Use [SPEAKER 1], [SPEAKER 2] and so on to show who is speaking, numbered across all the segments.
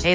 [SPEAKER 1] Hey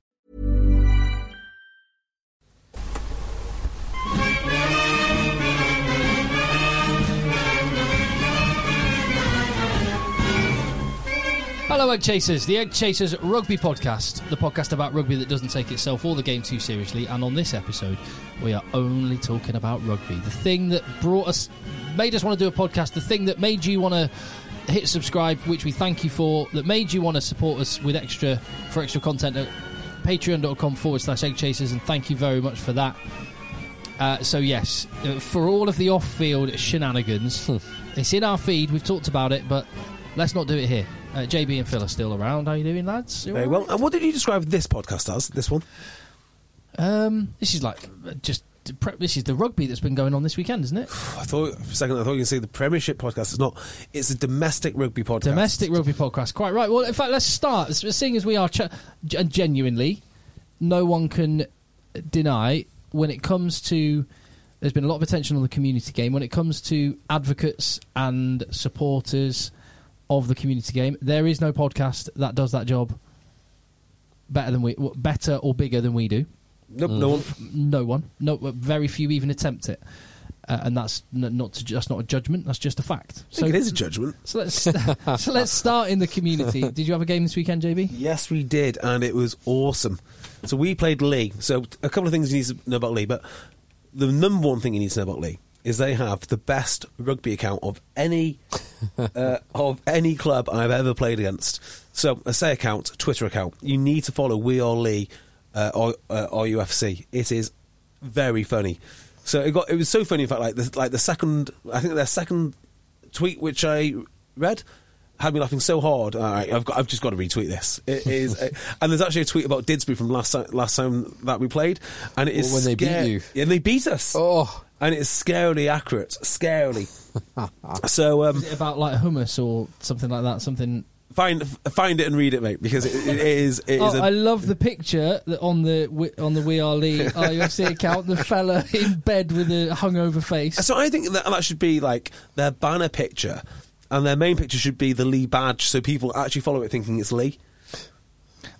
[SPEAKER 2] Hello, Egg Chasers, the Egg Chasers Rugby Podcast, the podcast about rugby that doesn't take itself or the game too seriously. And on this episode, we are only talking about rugby. The thing that brought us, made us want to do a podcast, the thing that made you want to hit subscribe, which we thank you for, that made you want to support us with extra, for extra content at patreon.com forward slash egg chasers. And thank you very much for that. Uh, so yes, uh, for all of the off-field shenanigans, it's in our feed. We've talked about it, but let's not do it here. Uh, JB and Phil are still around. How you doing, lads? You
[SPEAKER 3] Very
[SPEAKER 2] all
[SPEAKER 3] well. And what did you describe this podcast as? This one?
[SPEAKER 2] right? Um, this is like uh, just to prep. This is the rugby that's been going on this weekend, isn't it?
[SPEAKER 3] I thought for a second. I thought you could say the Premiership podcast. It's not. It's a domestic rugby podcast.
[SPEAKER 2] Domestic rugby podcast. Quite right. Well, in fact, let's start. S- Seeing as we are ch- gen- genuinely, no one can deny when it comes to. There's been a lot of attention on the community game. When it comes to advocates and supporters of the community game, there is no podcast that does that job better than we, w- better or bigger than we do.
[SPEAKER 3] Nope,
[SPEAKER 2] Mm.
[SPEAKER 3] no one.
[SPEAKER 2] No one, no, very few even attempt it, uh, and that's n- not to, that's not a judgment. That's just a fact.
[SPEAKER 3] I think it is a judgment.
[SPEAKER 2] So let's so let's start in the community. Did you have a game this weekend, JB?
[SPEAKER 3] Yes, we did, and it was awesome. So we played Lee. So a couple of things you need to know about Lee, but the number one thing you need to know about Lee is they have the best rugby account of any uh, of any club I've ever played against. So I say account, Twitter account. You need to follow We Are Lee uh, or uh, RUFC. It is very funny. So it got it was so funny. In fact, like the, like the second, I think their second tweet which I read had me laughing so hard. All right, I've got, I've just got to retweet this. It is, and there's actually a tweet about Didsbury from last ti- last time that we played, and it is
[SPEAKER 4] Well, when they beat
[SPEAKER 3] scar-
[SPEAKER 4] you.
[SPEAKER 3] Yeah, and they beat us.
[SPEAKER 4] Oh.
[SPEAKER 3] and it's scarily accurate, scarily. so um,
[SPEAKER 2] Is it about like hummus or something like that? Something.
[SPEAKER 3] find find it and read it, mate, because it, it is it is
[SPEAKER 2] Oh,
[SPEAKER 3] a
[SPEAKER 2] I love the picture that on the Wi- on the We Are Lee IUFC account. The fella in bed with a hungover face.
[SPEAKER 3] So I think that that should be like their banner picture, and their main picture should be the Lee badge, so people actually follow it thinking it's Lee.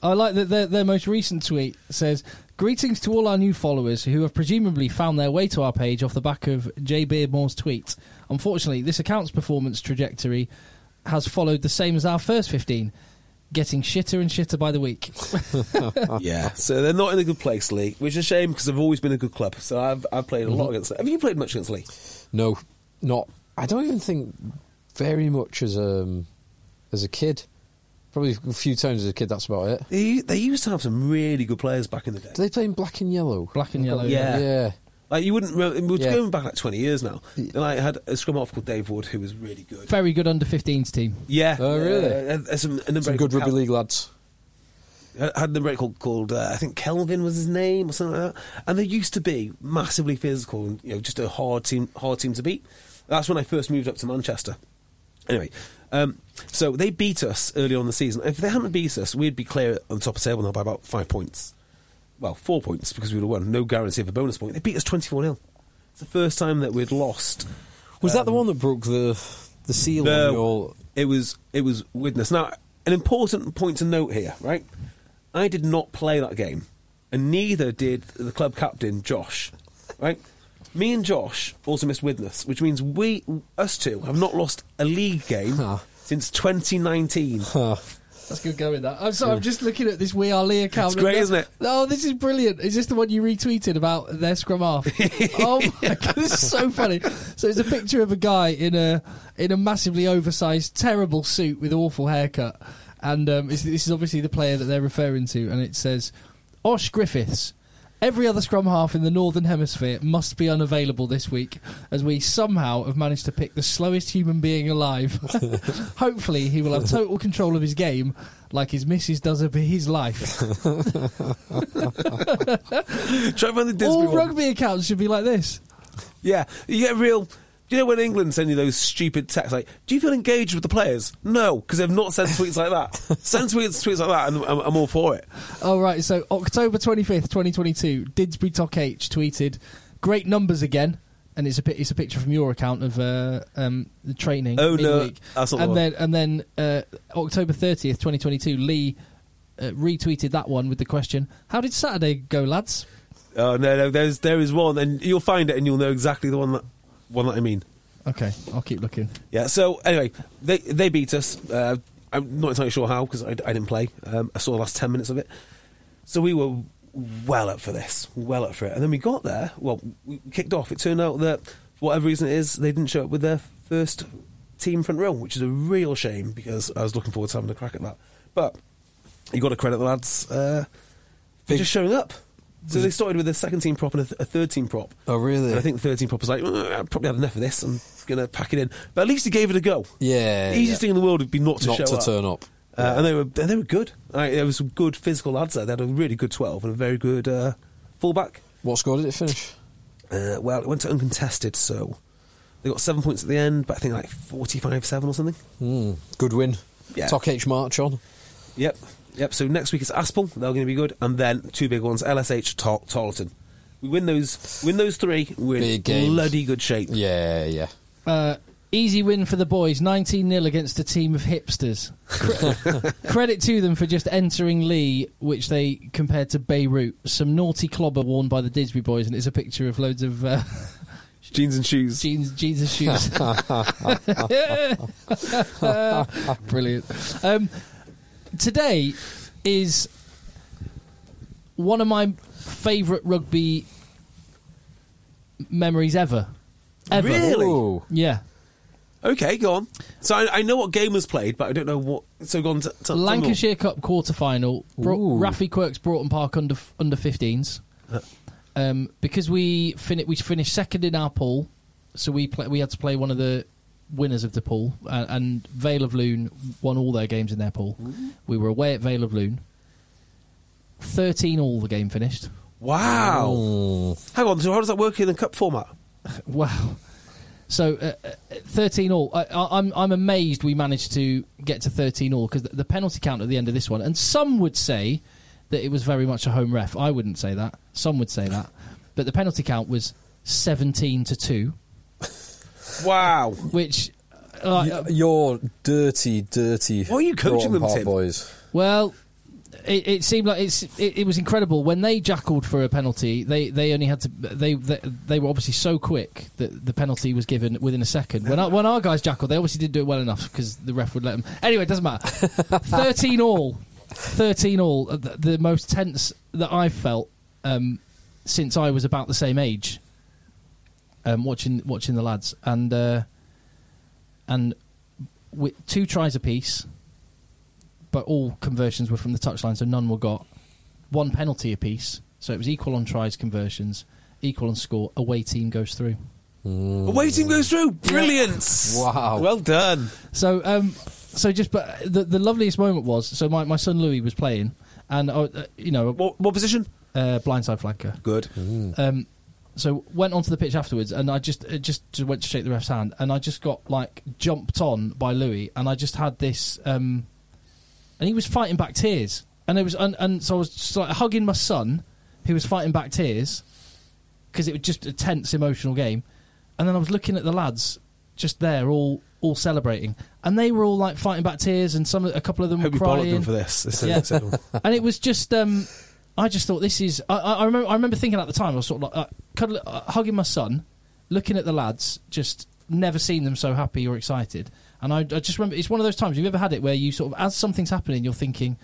[SPEAKER 2] I like that their, their most recent tweet says, Greetings to all our new followers who have presumably found their way to our page off the back of J. Beardmore's tweet. Unfortunately, this account's performance trajectory has followed the same as our first 15, getting shitter and shitter by the week.
[SPEAKER 3] yeah, so they're not in a good place, Lee, which is a shame because they've always been a good club. So I've I've played a
[SPEAKER 4] Mm-hmm.
[SPEAKER 3] lot against. Have you played much against Lee?
[SPEAKER 4] No, not. I don't even think very much as um as a kid. Probably a few times as a kid. That's about it.
[SPEAKER 3] They they used to have some really good players back in the day.
[SPEAKER 4] Do they play in black and yellow?
[SPEAKER 2] Black and yellow.
[SPEAKER 3] Yeah.
[SPEAKER 4] yeah.
[SPEAKER 3] Like you wouldn't. Remember, we're
[SPEAKER 4] Yeah.
[SPEAKER 3] going back like twenty years now. And I had a scrum off called Dave Wood, who was really good.
[SPEAKER 2] Very good under 15s team.
[SPEAKER 3] Yeah.
[SPEAKER 4] Oh, really?
[SPEAKER 3] Uh, and- and some, and a
[SPEAKER 4] Some
[SPEAKER 3] break
[SPEAKER 4] good
[SPEAKER 3] called
[SPEAKER 4] rugby league lads.
[SPEAKER 3] I had the record called uh, I think Kelvin was his name or something like that, and they used to be massively physical and you know just a hard team, hard team to beat. That's when I first moved up to Manchester. Anyway, um, so they beat us early on in the season. If they hadn't beat us, we'd be clear on top of the table now by about five points. Well, four points because we would have won. No guarantee of a bonus point. They beat us twenty four 0 It's the first time that we'd lost.
[SPEAKER 4] Was that the one that broke the the seal? on
[SPEAKER 3] No,
[SPEAKER 4] your,
[SPEAKER 3] it was it was witness. Now, an important point to note here, right? I did not play that game, and neither did the club captain Josh, right? Me and Josh also missed witness, which means we, us two, have not lost a league game
[SPEAKER 4] Huh.
[SPEAKER 3] since 2019.
[SPEAKER 2] That's good going. That I'm sorry. I'm just looking at this We Are Lee account.
[SPEAKER 3] It's great, isn't it?
[SPEAKER 2] No, Oh, this is brilliant. Is this the one you retweeted about their scrum half? oh my god, this is so funny. So it's a picture of a guy in a in a massively oversized, terrible suit with awful haircut, and um, it's, this is obviously the player that they're referring to, and it says Osh Griffiths. Every other scrum half in the Northern Hemisphere must be unavailable this week, as we somehow have managed to pick the slowest human being alive. Hopefully, he will have total control of his game, like his missus does over his life.
[SPEAKER 3] Try and find the Disney
[SPEAKER 2] All
[SPEAKER 3] one.
[SPEAKER 2] rugby accounts should be like this.
[SPEAKER 3] Yeah, you get real. You know when England send you those stupid texts like, "Do you feel engaged with the players?" No, because they've not sent tweets like that. send tweets, tweets like that, and I'm, I'm all for it.
[SPEAKER 2] All right, so October 25th, 2022, Didsbury Tock H tweeted, Great numbers again. And it's a, pi- it's a picture from your account of uh, um, the training.
[SPEAKER 3] Oh,
[SPEAKER 2] in
[SPEAKER 3] no,
[SPEAKER 2] week.
[SPEAKER 3] that's not the
[SPEAKER 2] and
[SPEAKER 3] one.
[SPEAKER 2] then and then uh, October 30th, 2022, Lee uh, retweeted that one with the question, How did Saturday go, lads?
[SPEAKER 3] Oh no, no, there's there is one, and you'll find it, and you'll know exactly the one that one that I mean.
[SPEAKER 2] Okay, I'll keep looking.
[SPEAKER 3] Yeah. So anyway, they they beat us. Uh, I'm not entirely sure how because I, I didn't play. Um, I saw the last ten minutes of it. So we were well up for this, well up for it. And then we got there. Well, we kicked off. It turned out that for whatever reason it is, they didn't show up with their first team front row, which is a real shame because I was looking forward to having a crack at that. But you got to credit the lads uh, for
[SPEAKER 4] Big-
[SPEAKER 3] just showing up. So they started with a second team prop and a, th- a third team prop.
[SPEAKER 4] Oh, really?
[SPEAKER 3] And I think the third team prop was like, "Mm, I've probably had enough of this. I'm going to pack it in. But at least he gave it a go.
[SPEAKER 4] Yeah,
[SPEAKER 3] The easiest
[SPEAKER 4] yeah.
[SPEAKER 3] thing in the world would be not to
[SPEAKER 4] not
[SPEAKER 3] show
[SPEAKER 4] to
[SPEAKER 3] up.
[SPEAKER 4] turn up.
[SPEAKER 3] Uh, and they were and they were good. Like, there was some good physical lads there. They had a really good twelve and a very good uh, fullback.
[SPEAKER 4] What score did it finish?
[SPEAKER 3] Uh, well, it went to uncontested, so they got seven points at the end, but I think like forty-five-seven or something.
[SPEAKER 4] Hmm, good win.
[SPEAKER 3] Yeah.
[SPEAKER 4] Tock H March on.
[SPEAKER 3] Yep, yep. So next week it's Aspel. They're going to be good, and then two big ones: LSH, Tar- Tarleton. We win those. Win those three. We're in
[SPEAKER 4] Big games.
[SPEAKER 3] bloody good shape.
[SPEAKER 4] Yeah, yeah.
[SPEAKER 2] Uh, easy win for the boys, 19 0 against a team of hipsters. Cre- Credit to them for just entering Lee, which they compared to Beirut. Some naughty clobber worn by the Disney boys, and it's a picture of loads of uh,
[SPEAKER 3] Jeans and shoes.
[SPEAKER 2] jeans, jeans and shoes. Brilliant. Um, today is one of my favourite rugby memories ever. Ever.
[SPEAKER 3] Really?
[SPEAKER 4] Ooh.
[SPEAKER 2] Yeah.
[SPEAKER 3] Okay, go on. So I, I know what game was played, but I don't know what. So go on. T- t- tell me more.
[SPEAKER 2] Lancashire Cup quarter final. Bro-
[SPEAKER 4] Ooh.
[SPEAKER 2] Rafi Quirks Broughton Park under under 15s. Um, because we fin- we finished second in our pool, so we play- we had to play one of the winners of the pool, uh, and Vale of Loon won all their games in their pool. We were away at Vale of Loon. Thirteen all the game finished.
[SPEAKER 3] Wow. Hang on. So how does that work in the cup format?
[SPEAKER 2] Wow. So uh, uh, thirteen all. I, I, I'm I'm amazed we managed to get to thirteen all because the, the penalty count at the end of this one, and some would say that it was very much a home ref. I wouldn't say that. Some would say that, but the penalty count was seventeen to two,
[SPEAKER 3] Wow.
[SPEAKER 2] which. Uh,
[SPEAKER 4] Y- Your dirty, dirty.
[SPEAKER 3] Why are you coaching
[SPEAKER 4] Broughton
[SPEAKER 3] them,
[SPEAKER 4] Park
[SPEAKER 3] Tim?
[SPEAKER 4] boys?
[SPEAKER 2] Well, it, it seemed like it's it, it was incredible when they jackled for a penalty. They they only had to they they, they were obviously so quick that the penalty was given within a second. When our, when our guys jackled, they obviously didn't do it well enough because the ref would let them. Anyway, it doesn't matter. Thirteen all, thirteen all. The, the most tense that I've felt um, since I was about the same age. Um, watching watching the lads and uh, and with two tries apiece but all conversions were from the touchline, so none were got. One penalty apiece, so it was equal on tries, conversions, equal on score. Away team goes through.
[SPEAKER 3] Away team goes through. Brilliant.
[SPEAKER 4] Wow.
[SPEAKER 3] Well done.
[SPEAKER 2] So, um, so just but the the loveliest moment was so my, my son Louis was playing, and I, uh, you know,
[SPEAKER 3] What, what position?
[SPEAKER 2] uh, blindside flanker.
[SPEAKER 3] Good.
[SPEAKER 2] Um, so went onto the pitch afterwards, and I just uh, just just went to shake the ref's hand, and I just got like jumped on by Louis, and I just had this, um, and he was fighting back tears, and it was, and, and so I was just like hugging my son, who was fighting back tears, because it was just a tense, emotional game, and then I was looking at the lads, just there, all all celebrating, and they were all like fighting back tears, and some a couple of them
[SPEAKER 3] Hope
[SPEAKER 2] were
[SPEAKER 3] you bollocked
[SPEAKER 2] crying
[SPEAKER 3] them for this. This is
[SPEAKER 2] Yeah. and it was just um I just thought this is. I, I, I remember. I remember thinking at the time. I was sort of like uh, cuddle, uh, hugging my son, looking at the lads. Just never seen them so happy or excited. And I, I just remember. It's one of those times. You've ever had it where you sort of, as something's happening, you're thinking,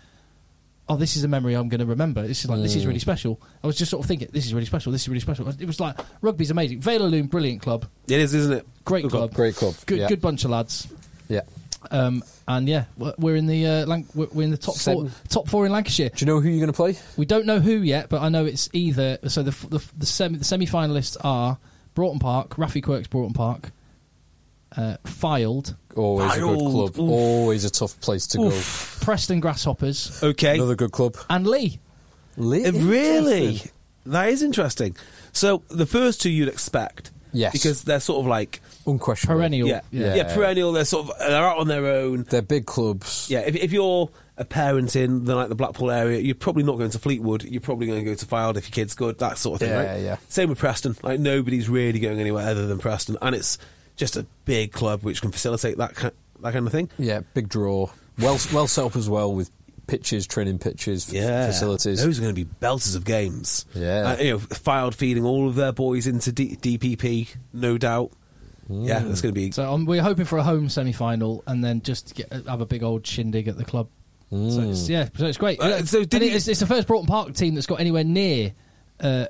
[SPEAKER 2] "Oh, this is a memory I'm going to remember. This is like this is really special." I was just sort of thinking, "This is really special. This is really special." It was like rugby's amazing. Valaloon, brilliant club,
[SPEAKER 3] It is, isn't it?
[SPEAKER 2] great
[SPEAKER 3] We've got
[SPEAKER 2] club,
[SPEAKER 4] Great club.
[SPEAKER 2] good
[SPEAKER 4] yeah.
[SPEAKER 2] good bunch of lads.
[SPEAKER 4] Yeah.
[SPEAKER 2] Um, and yeah, we're- we're in the uh, Lanc- we're we're in the top four,
[SPEAKER 4] Seven.
[SPEAKER 2] top four in Lancashire.
[SPEAKER 4] Do you know who you're going to play?
[SPEAKER 2] We don't know who yet, but I know it's either. So the the, the, semi, the semi-finalists are Broughton Park, Rafi Quirk's Broughton Park, uh, Filed,
[SPEAKER 4] Always a good
[SPEAKER 3] Wild.
[SPEAKER 4] club.
[SPEAKER 3] Oof.
[SPEAKER 4] Always a tough place to
[SPEAKER 2] Preston Grasshoppers,
[SPEAKER 4] go.
[SPEAKER 3] Okay.
[SPEAKER 4] Another good club.
[SPEAKER 2] and Lee.
[SPEAKER 3] Uh, Really? That is interesting. So the first two you'd expect.
[SPEAKER 4] Yes.
[SPEAKER 3] Because they're sort of like
[SPEAKER 4] Unquestionable.
[SPEAKER 2] Perennial.
[SPEAKER 3] yeah,
[SPEAKER 2] Yeah.
[SPEAKER 3] yeah, perennial. They're sort of they're out on their own.
[SPEAKER 4] They're big clubs.
[SPEAKER 3] Yeah, if, if you're a parent in the like the Blackpool area, you're probably not going to Fleetwood. You're probably going to go to Fylde if your kid's good, that sort of thing.
[SPEAKER 4] Yeah,
[SPEAKER 3] right?
[SPEAKER 4] yeah.
[SPEAKER 3] Same with Preston. Like nobody's really going anywhere other than Preston, and it's just a big club which can facilitate that kind, that kind of thing.
[SPEAKER 4] Yeah, big draw. Well, well set up as well with pitches, training pitches, f-
[SPEAKER 3] Yeah,
[SPEAKER 4] facilities.
[SPEAKER 3] Those are going to be belters of games.
[SPEAKER 4] Yeah.
[SPEAKER 3] Uh, you know, Fylde feeding all of their boys into D- DPP, no doubt. Yeah,
[SPEAKER 4] Mm.
[SPEAKER 3] that's going to be
[SPEAKER 2] So um, we're hoping for a home semi-final, and then just get, have a big old shindig at the club. So it's, yeah, so it's great.
[SPEAKER 3] Mm. Uh, so did
[SPEAKER 2] And
[SPEAKER 3] he-
[SPEAKER 2] it's, it's the first Broughton Park team that's got anywhere near. Uh,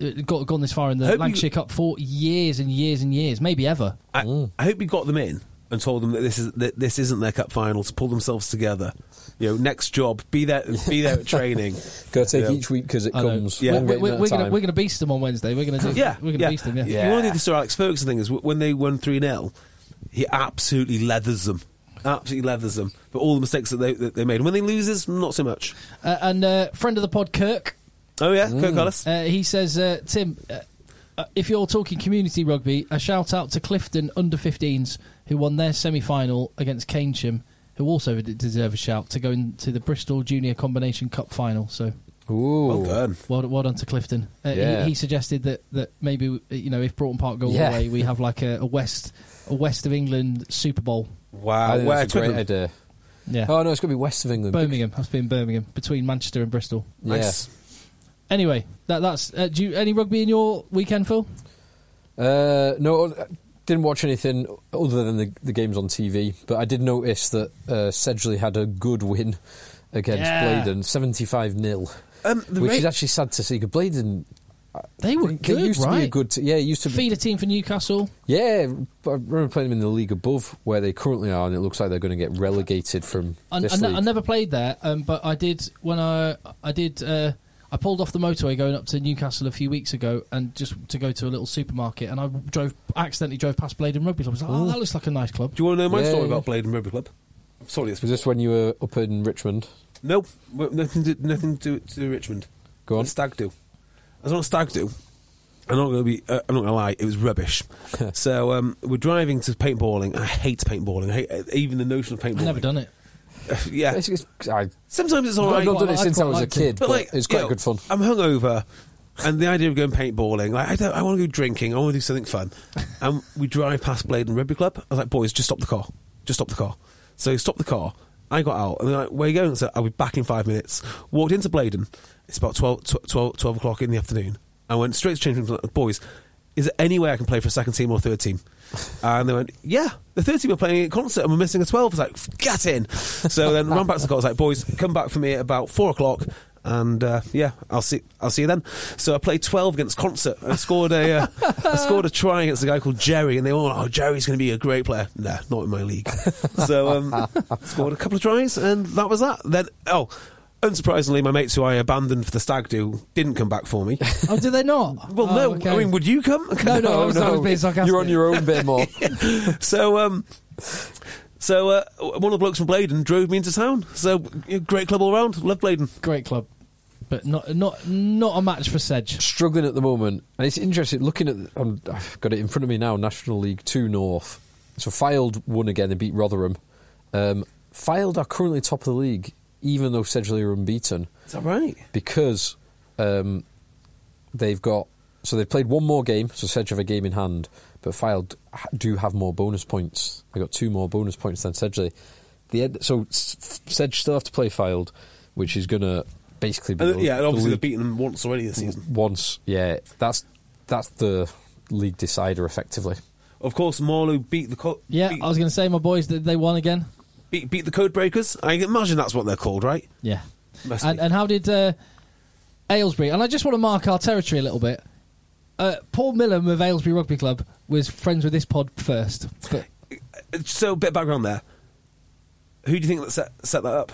[SPEAKER 2] uh, got gone this far in the
[SPEAKER 3] Hope you-
[SPEAKER 2] Lancashire Cup for years and years and years, maybe ever.
[SPEAKER 3] I,
[SPEAKER 4] Mm.
[SPEAKER 3] I hope you got them in and told them that this is that this isn't their cup final to pull themselves together. You know, next job, be there, be there at training.
[SPEAKER 4] Got to take
[SPEAKER 3] Yeah.
[SPEAKER 4] each week because it
[SPEAKER 2] I know.
[SPEAKER 4] comes.
[SPEAKER 3] Yeah.
[SPEAKER 4] one
[SPEAKER 2] We're,
[SPEAKER 4] game
[SPEAKER 2] we're,
[SPEAKER 4] at a
[SPEAKER 2] we're gonna
[SPEAKER 4] time.
[SPEAKER 2] we're gonna beast them on Wednesday. We're gonna do,
[SPEAKER 3] Yeah,
[SPEAKER 2] we're gonna
[SPEAKER 3] yeah.
[SPEAKER 2] beast them. Yeah.
[SPEAKER 3] If
[SPEAKER 4] Yeah.
[SPEAKER 3] you want to do the Sir Alex Ferguson thing is wh- when they won three 0 he absolutely leathers them, absolutely leathers them. But all the mistakes that they that they made, and when they loses, not so much.
[SPEAKER 2] Uh, and uh, friend of the pod, Kirk,
[SPEAKER 3] Oh yeah,
[SPEAKER 4] Mm.
[SPEAKER 3] Kirk Ellis.
[SPEAKER 2] uh, he says, uh, Tim, uh, uh, if you're talking community rugby, a shout out to Clifton under 15s who won their semi final against Canesham, who also d- deserve a shout to go into the Bristol Junior Combination Cup final. So.
[SPEAKER 4] Ooh.
[SPEAKER 3] well done.
[SPEAKER 2] Well, well done to Clifton. Uh,
[SPEAKER 4] Yeah.
[SPEAKER 2] he, he suggested that, that maybe uh, you know if Broughton Park go
[SPEAKER 4] Yeah.
[SPEAKER 2] all the way, we have like a, a west a West of England Super Bowl.
[SPEAKER 4] I
[SPEAKER 3] Wow,
[SPEAKER 4] think
[SPEAKER 3] where
[SPEAKER 4] that's a great
[SPEAKER 3] Twickenham?
[SPEAKER 4] idea.
[SPEAKER 2] Yeah,
[SPEAKER 4] Oh no, it's going to be west of England.
[SPEAKER 2] Birmingham. That's been Birmingham between Manchester and Bristol.
[SPEAKER 4] Yeah.
[SPEAKER 3] Nice.
[SPEAKER 2] Anyway, that, that's uh, do you any rugby in your weekend, Phil?
[SPEAKER 4] Uh, no, didn't watch anything other than the, the games on TV, but I did notice that uh, Sedgley had a good win against
[SPEAKER 2] Yeah.
[SPEAKER 4] Bladen, 75 0,
[SPEAKER 3] Um, the
[SPEAKER 4] which
[SPEAKER 3] rate-
[SPEAKER 4] is actually sad to see because Bladen.
[SPEAKER 2] They were
[SPEAKER 4] It
[SPEAKER 2] good,
[SPEAKER 4] used
[SPEAKER 2] right?
[SPEAKER 4] to be a good. T- yeah, it used to be.
[SPEAKER 2] feeder team for Newcastle.
[SPEAKER 4] Yeah, but I remember playing them in the league above where they currently are, and it looks like they're going to get relegated from
[SPEAKER 2] I, I
[SPEAKER 4] this
[SPEAKER 2] ne-
[SPEAKER 4] league.
[SPEAKER 2] I never played there, um, but I did when I I did uh, I pulled off the motorway going up to Newcastle a few weeks ago, and just to go to a little supermarket, and I drove accidentally drove past Bladen Rugby Club. I was like, oh, that looks like a nice club.
[SPEAKER 3] Do you want to know my
[SPEAKER 4] Yeah,
[SPEAKER 3] story
[SPEAKER 4] yeah.
[SPEAKER 3] about Bladen Rugby Club? Sorry, it's
[SPEAKER 4] Was this when you were up in Richmond?
[SPEAKER 3] Nope, w- nothing to nothing to, to Richmond.
[SPEAKER 4] Go on.
[SPEAKER 3] A stag do. I was on a stag do. I'm not going to be. Uh, I'm not going to lie. It was rubbish. so um, we're driving to paintballing. I hate paintballing. I hate uh, even the notion of paintballing.
[SPEAKER 2] I've never done it.
[SPEAKER 3] yeah.
[SPEAKER 4] It's- it's- I,
[SPEAKER 3] Sometimes it's all
[SPEAKER 4] I've
[SPEAKER 3] right.
[SPEAKER 4] not
[SPEAKER 2] quite-
[SPEAKER 4] done it
[SPEAKER 2] Oh, I
[SPEAKER 4] since
[SPEAKER 2] quite
[SPEAKER 4] I was a
[SPEAKER 2] liked it.
[SPEAKER 4] kid, but,
[SPEAKER 3] like,
[SPEAKER 4] it's
[SPEAKER 3] you
[SPEAKER 4] quite
[SPEAKER 3] know,
[SPEAKER 4] good fun.
[SPEAKER 3] I'm hungover, and the idea of going paintballing, like I don't, I want to go drinking. I want to do something fun. And we drive past Blade and Rugby Club. I was like, boys, just stop the car. Just stop the car. So stop the car. I got out, and they're like, where you going? So I'll be back in five minutes. Walked into Bladen. It's about 12, tw- 12, 12 o'clock in the afternoon. I went straight to change rooms. Like, boys, is there any way I can play for a second team or third team? And they went, yeah, the third team are playing at concert and we're missing a 12. I was like, get in. So then ran back to the car. I was like, boys, come back for me at about four o'clock. And uh, yeah, I'll see. I'll see you then. So I played twelve against concert. I scored a, uh, I scored a try against a guy called Jerry, and they all, oh, Jerry's going to be a great player. Nah, not in my league. So um, scored a couple of tries, and that was that. Then oh, unsurprisingly, my mates who I abandoned for the stag do didn't come back for me.
[SPEAKER 2] Oh, did they not?
[SPEAKER 3] Well,
[SPEAKER 2] Oh,
[SPEAKER 3] no.
[SPEAKER 2] okay.
[SPEAKER 3] I mean, would you come?
[SPEAKER 2] No, no, I was- I was being sarcastic.
[SPEAKER 4] You're on your own bit more.
[SPEAKER 3] So, um, so uh, one of the blokes from Bladen drove me into town. So you know, great club all round. Love Bladen.
[SPEAKER 2] great club, but not not not a match for Sedge.
[SPEAKER 4] struggling at the moment, and it's interesting looking at. Um, I've got it in front of me now. National League Two North. So Fylde won again and beat Rotherham. Um, Fylde are currently top of the league, even though Sedgley are unbeaten
[SPEAKER 3] Is that right?
[SPEAKER 4] because um, they've got so they've played one more game, so Sedge have a game in hand, but Fylde ha- do have more bonus points. They got two more bonus points than Sedgley. The ed- so S- Sedge still have to play Fylde, which is going to basically been
[SPEAKER 3] And, uh,
[SPEAKER 4] the-
[SPEAKER 3] yeah, and obviously
[SPEAKER 4] the
[SPEAKER 3] they've beaten them once already this season.
[SPEAKER 4] league once. Yeah, that's that's the league decider effectively.
[SPEAKER 3] Of course, Marlow beat the co-
[SPEAKER 2] Yeah,
[SPEAKER 3] beat,
[SPEAKER 2] I was going to say, my boys, that they won again.
[SPEAKER 3] beat, beat the code breakers. I imagine that's what they're called, right?
[SPEAKER 2] Yeah.
[SPEAKER 3] Must
[SPEAKER 2] And,
[SPEAKER 3] be.
[SPEAKER 2] and how did uh, Aylesbury? And I just want to mark our territory a little bit. Uh, Paul Millam of Aylesbury Rugby Club was friends with this pod first. But
[SPEAKER 3] So a bit of background there. Who do you think that set, set that up?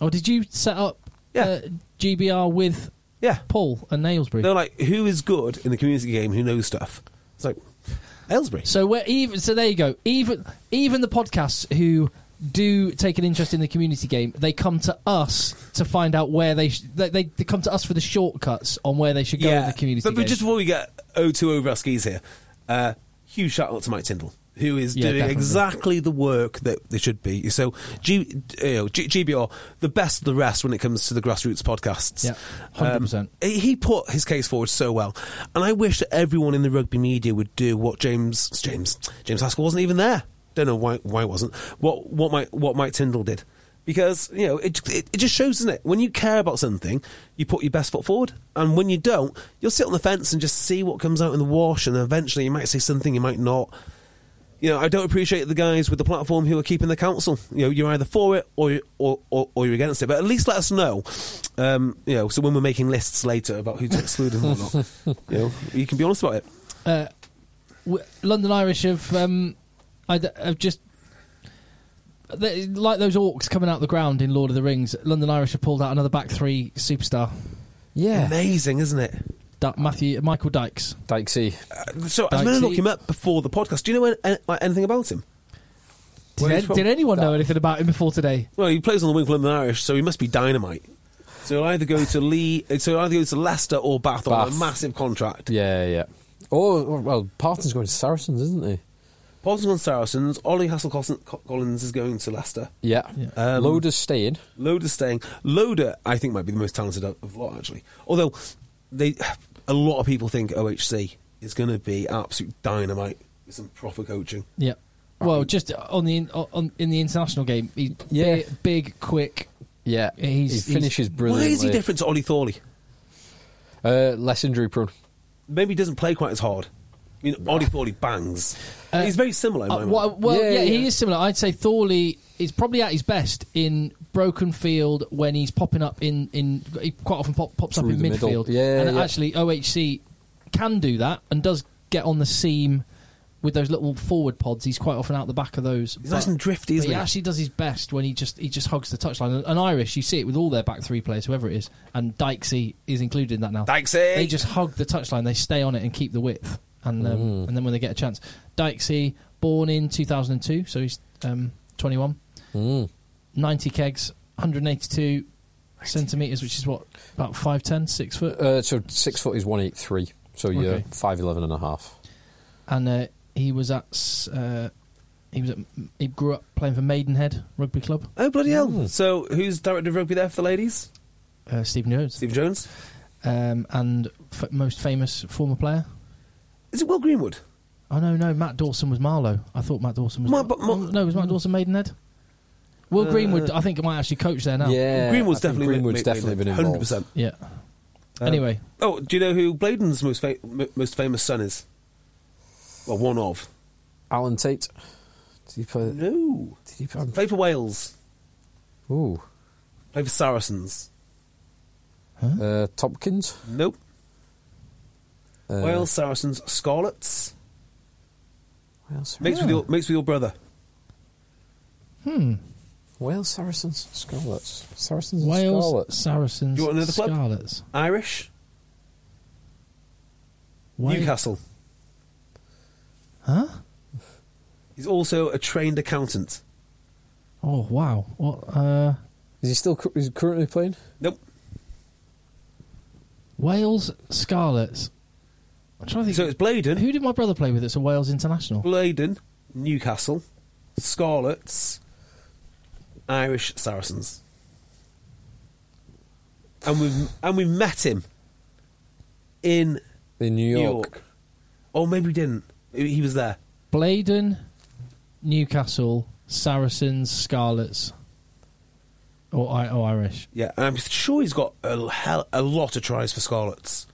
[SPEAKER 2] oh, did you set up
[SPEAKER 3] Yeah.
[SPEAKER 2] uh, GBR with
[SPEAKER 3] Yeah,
[SPEAKER 2] Paul and Aylesbury?
[SPEAKER 3] they're like, who is good in the community game? Who knows stuff? It's like Aylesbury.
[SPEAKER 2] So we're even. So there you go. Even even the podcasts who do take an interest in the community game, they come to us to find out where they sh- they, they, they come to us for the shortcuts on where they should go in the community
[SPEAKER 3] But, but
[SPEAKER 2] game.
[SPEAKER 3] just before we get 02 over our skis here, uh, huge shout out to Mike Tyndall, who is
[SPEAKER 2] Yeah,
[SPEAKER 3] doing
[SPEAKER 2] definitely.
[SPEAKER 3] exactly the work that they should be. So, G, you know, G, GBR, the best of the rest when it comes to the grassroots podcasts. Um,
[SPEAKER 2] Yeah, 100%.
[SPEAKER 3] he he put his case forward so well. And I wish that everyone in the rugby media would do what James, James, James Haskell wasn't even there. Don't know why, why it wasn't. What, what, Mike, what Mike Tyndall did. Because, you know, it, it, it just shows, doesn't it? When you care about something, you put your best foot forward. And when you don't, you'll sit on the fence and just see what comes out in the wash. And eventually you might say something, you might not. You know, I don't appreciate the guys with the platform who are keeping the council. You know, you're either for it or or, or, or you're against it. But at least let us know. Um, you know, so when we're making lists later about who to exclude and whatnot, you know, you can be honest about it.
[SPEAKER 2] uh, w- London Irish have um, I d- have just they, like those orcs coming out the ground in Lord of the Rings. London Irish have pulled out another back three superstar,
[SPEAKER 4] Yeah,
[SPEAKER 3] Amazing, isn't it?
[SPEAKER 2] Di- Matthew Michael Dykes.
[SPEAKER 4] Dykesy.
[SPEAKER 3] Uh, So I was going
[SPEAKER 2] Dykes.
[SPEAKER 3] to look him up before the podcast. Do you know an- an- like, anything about him?
[SPEAKER 2] Did,
[SPEAKER 3] Where he's
[SPEAKER 2] an-
[SPEAKER 3] from?
[SPEAKER 2] did anyone know anything about him before today?
[SPEAKER 3] Well, he plays on the wing for London Irish, so he must be dynamite. So he'll either go to Lee, uh, so he'll either go to Leicester or Bath, on a
[SPEAKER 4] Bath.
[SPEAKER 3] massive contract.
[SPEAKER 4] Yeah, yeah. Oh well, Parton's going to Saracens, isn't he?
[SPEAKER 3] Paulson's on Saracens. Ollie Hassel Collins is going to Leicester.
[SPEAKER 4] Yeah.
[SPEAKER 3] Um,
[SPEAKER 4] Loader's staying.
[SPEAKER 3] Loader staying. Loader, I think, might be the most talented of of lot actually. Although they, a lot of people think OHC is going to be absolute dynamite with some proper coaching.
[SPEAKER 2] Yeah. Well, just on the in, on, in the international game, he's
[SPEAKER 4] Yeah.
[SPEAKER 2] big, big, quick.
[SPEAKER 4] Yeah,
[SPEAKER 2] He's- he's-
[SPEAKER 4] he finishes brilliantly.
[SPEAKER 3] Why is he different to Ollie Thorley?
[SPEAKER 4] Uh, less injury prone.
[SPEAKER 3] Maybe he doesn't play quite as hard. I mean, Ollie Thorley bangs.
[SPEAKER 2] Uh,
[SPEAKER 3] He's very similar. In my
[SPEAKER 2] Uh,
[SPEAKER 3] mind.
[SPEAKER 2] well, well,
[SPEAKER 4] Yeah,
[SPEAKER 2] yeah, he
[SPEAKER 4] yeah.
[SPEAKER 2] is similar. I'd say Thorley is probably at his best in broken field when he's popping up in in he quite often pop, pops up
[SPEAKER 4] Through
[SPEAKER 2] in
[SPEAKER 4] the middle.
[SPEAKER 2] midfield.
[SPEAKER 4] Yeah,
[SPEAKER 2] and
[SPEAKER 4] yeah.
[SPEAKER 2] actually OHC can do that and does get on the seam with those little forward pods. He's quite often out the back of those.
[SPEAKER 3] He's nice and drifty,
[SPEAKER 2] but
[SPEAKER 3] isn't
[SPEAKER 2] he
[SPEAKER 3] he?
[SPEAKER 2] actually does his best when he just he just hugs the touchline. And, and Irish, you see it with all their back three players, whoever it is, and Dykesy is included in that now.
[SPEAKER 3] Dykesy!
[SPEAKER 2] they just hug the touchline. They stay on it and keep the width, and um, and then when they get a chance, Dykesy, born in 2002, so he's um, 21, 90 kegs, 182 centimeters, which is what about 5'10", 6 foot,
[SPEAKER 4] Uh, so six foot is one eight three. So you're
[SPEAKER 2] Okay.
[SPEAKER 4] five eleven and a half.
[SPEAKER 2] and uh, he was at s- uh, he was at, he grew up playing for Maidenhead Rugby Club.
[SPEAKER 3] oh bloody hell!
[SPEAKER 4] Mm.
[SPEAKER 3] So who's director of rugby there for the ladies?
[SPEAKER 2] Uh, Stephen Jones.
[SPEAKER 3] Steve Jones.
[SPEAKER 2] um, and f- most famous former player.
[SPEAKER 3] Is it Will Greenwood?
[SPEAKER 2] Oh no, no, Matt Dawson was Marlowe. I thought Matt Dawson was.
[SPEAKER 3] Ma- but Ma-
[SPEAKER 2] Oh, no, was Matt Dawson Maidenhead? Will
[SPEAKER 3] Uh,
[SPEAKER 2] Greenwood, I think, might actually coach there now.
[SPEAKER 4] Yeah,
[SPEAKER 3] Greenwood's
[SPEAKER 4] I think
[SPEAKER 3] definitely
[SPEAKER 4] Greenwood's definitely been involved.
[SPEAKER 3] Hundred percent.
[SPEAKER 2] Yeah. anyway,
[SPEAKER 3] Oh, do you know who Bladen's most fa- m- most famous son is? Well, one of.
[SPEAKER 4] Alan Tate. Did he play?
[SPEAKER 3] No.
[SPEAKER 4] Did he play?
[SPEAKER 3] Play for Wales.
[SPEAKER 4] Ooh,
[SPEAKER 3] Play for Saracens.
[SPEAKER 4] uh, Tompkins.
[SPEAKER 3] Nope.
[SPEAKER 4] Uh,
[SPEAKER 3] Wales, Saracens, Scarlets.
[SPEAKER 4] Wales,
[SPEAKER 3] Mates with your mates with your brother.
[SPEAKER 4] Wales, Saracens, Scarlets, Saracens, and
[SPEAKER 2] Wales,
[SPEAKER 4] Scarlets.
[SPEAKER 2] Saracens,
[SPEAKER 3] Do you want another club?
[SPEAKER 2] Scarlets,
[SPEAKER 3] Irish.
[SPEAKER 2] Wales-
[SPEAKER 3] Newcastle.
[SPEAKER 2] Huh?
[SPEAKER 3] He's also a trained accountant.
[SPEAKER 2] Oh wow! What? Uh,
[SPEAKER 4] Is he still cu- is he currently playing?
[SPEAKER 3] Nope.
[SPEAKER 2] Wales, Scarlets. I'm trying to
[SPEAKER 3] So
[SPEAKER 2] think.
[SPEAKER 3] it's Bladen.
[SPEAKER 2] who did my brother play with? That's a Wales international.
[SPEAKER 3] Bladen, Newcastle, Scarlets, Irish Saracens. And we've and we met him in
[SPEAKER 4] In New
[SPEAKER 3] New
[SPEAKER 4] York.
[SPEAKER 3] York. Oh, maybe we didn't. He he was there.
[SPEAKER 2] Bladen, Newcastle, Saracens, Scarlets. Or, I- or Irish.
[SPEAKER 3] Yeah, and I'm sure he's got a hell a lot of tries for Scarlets,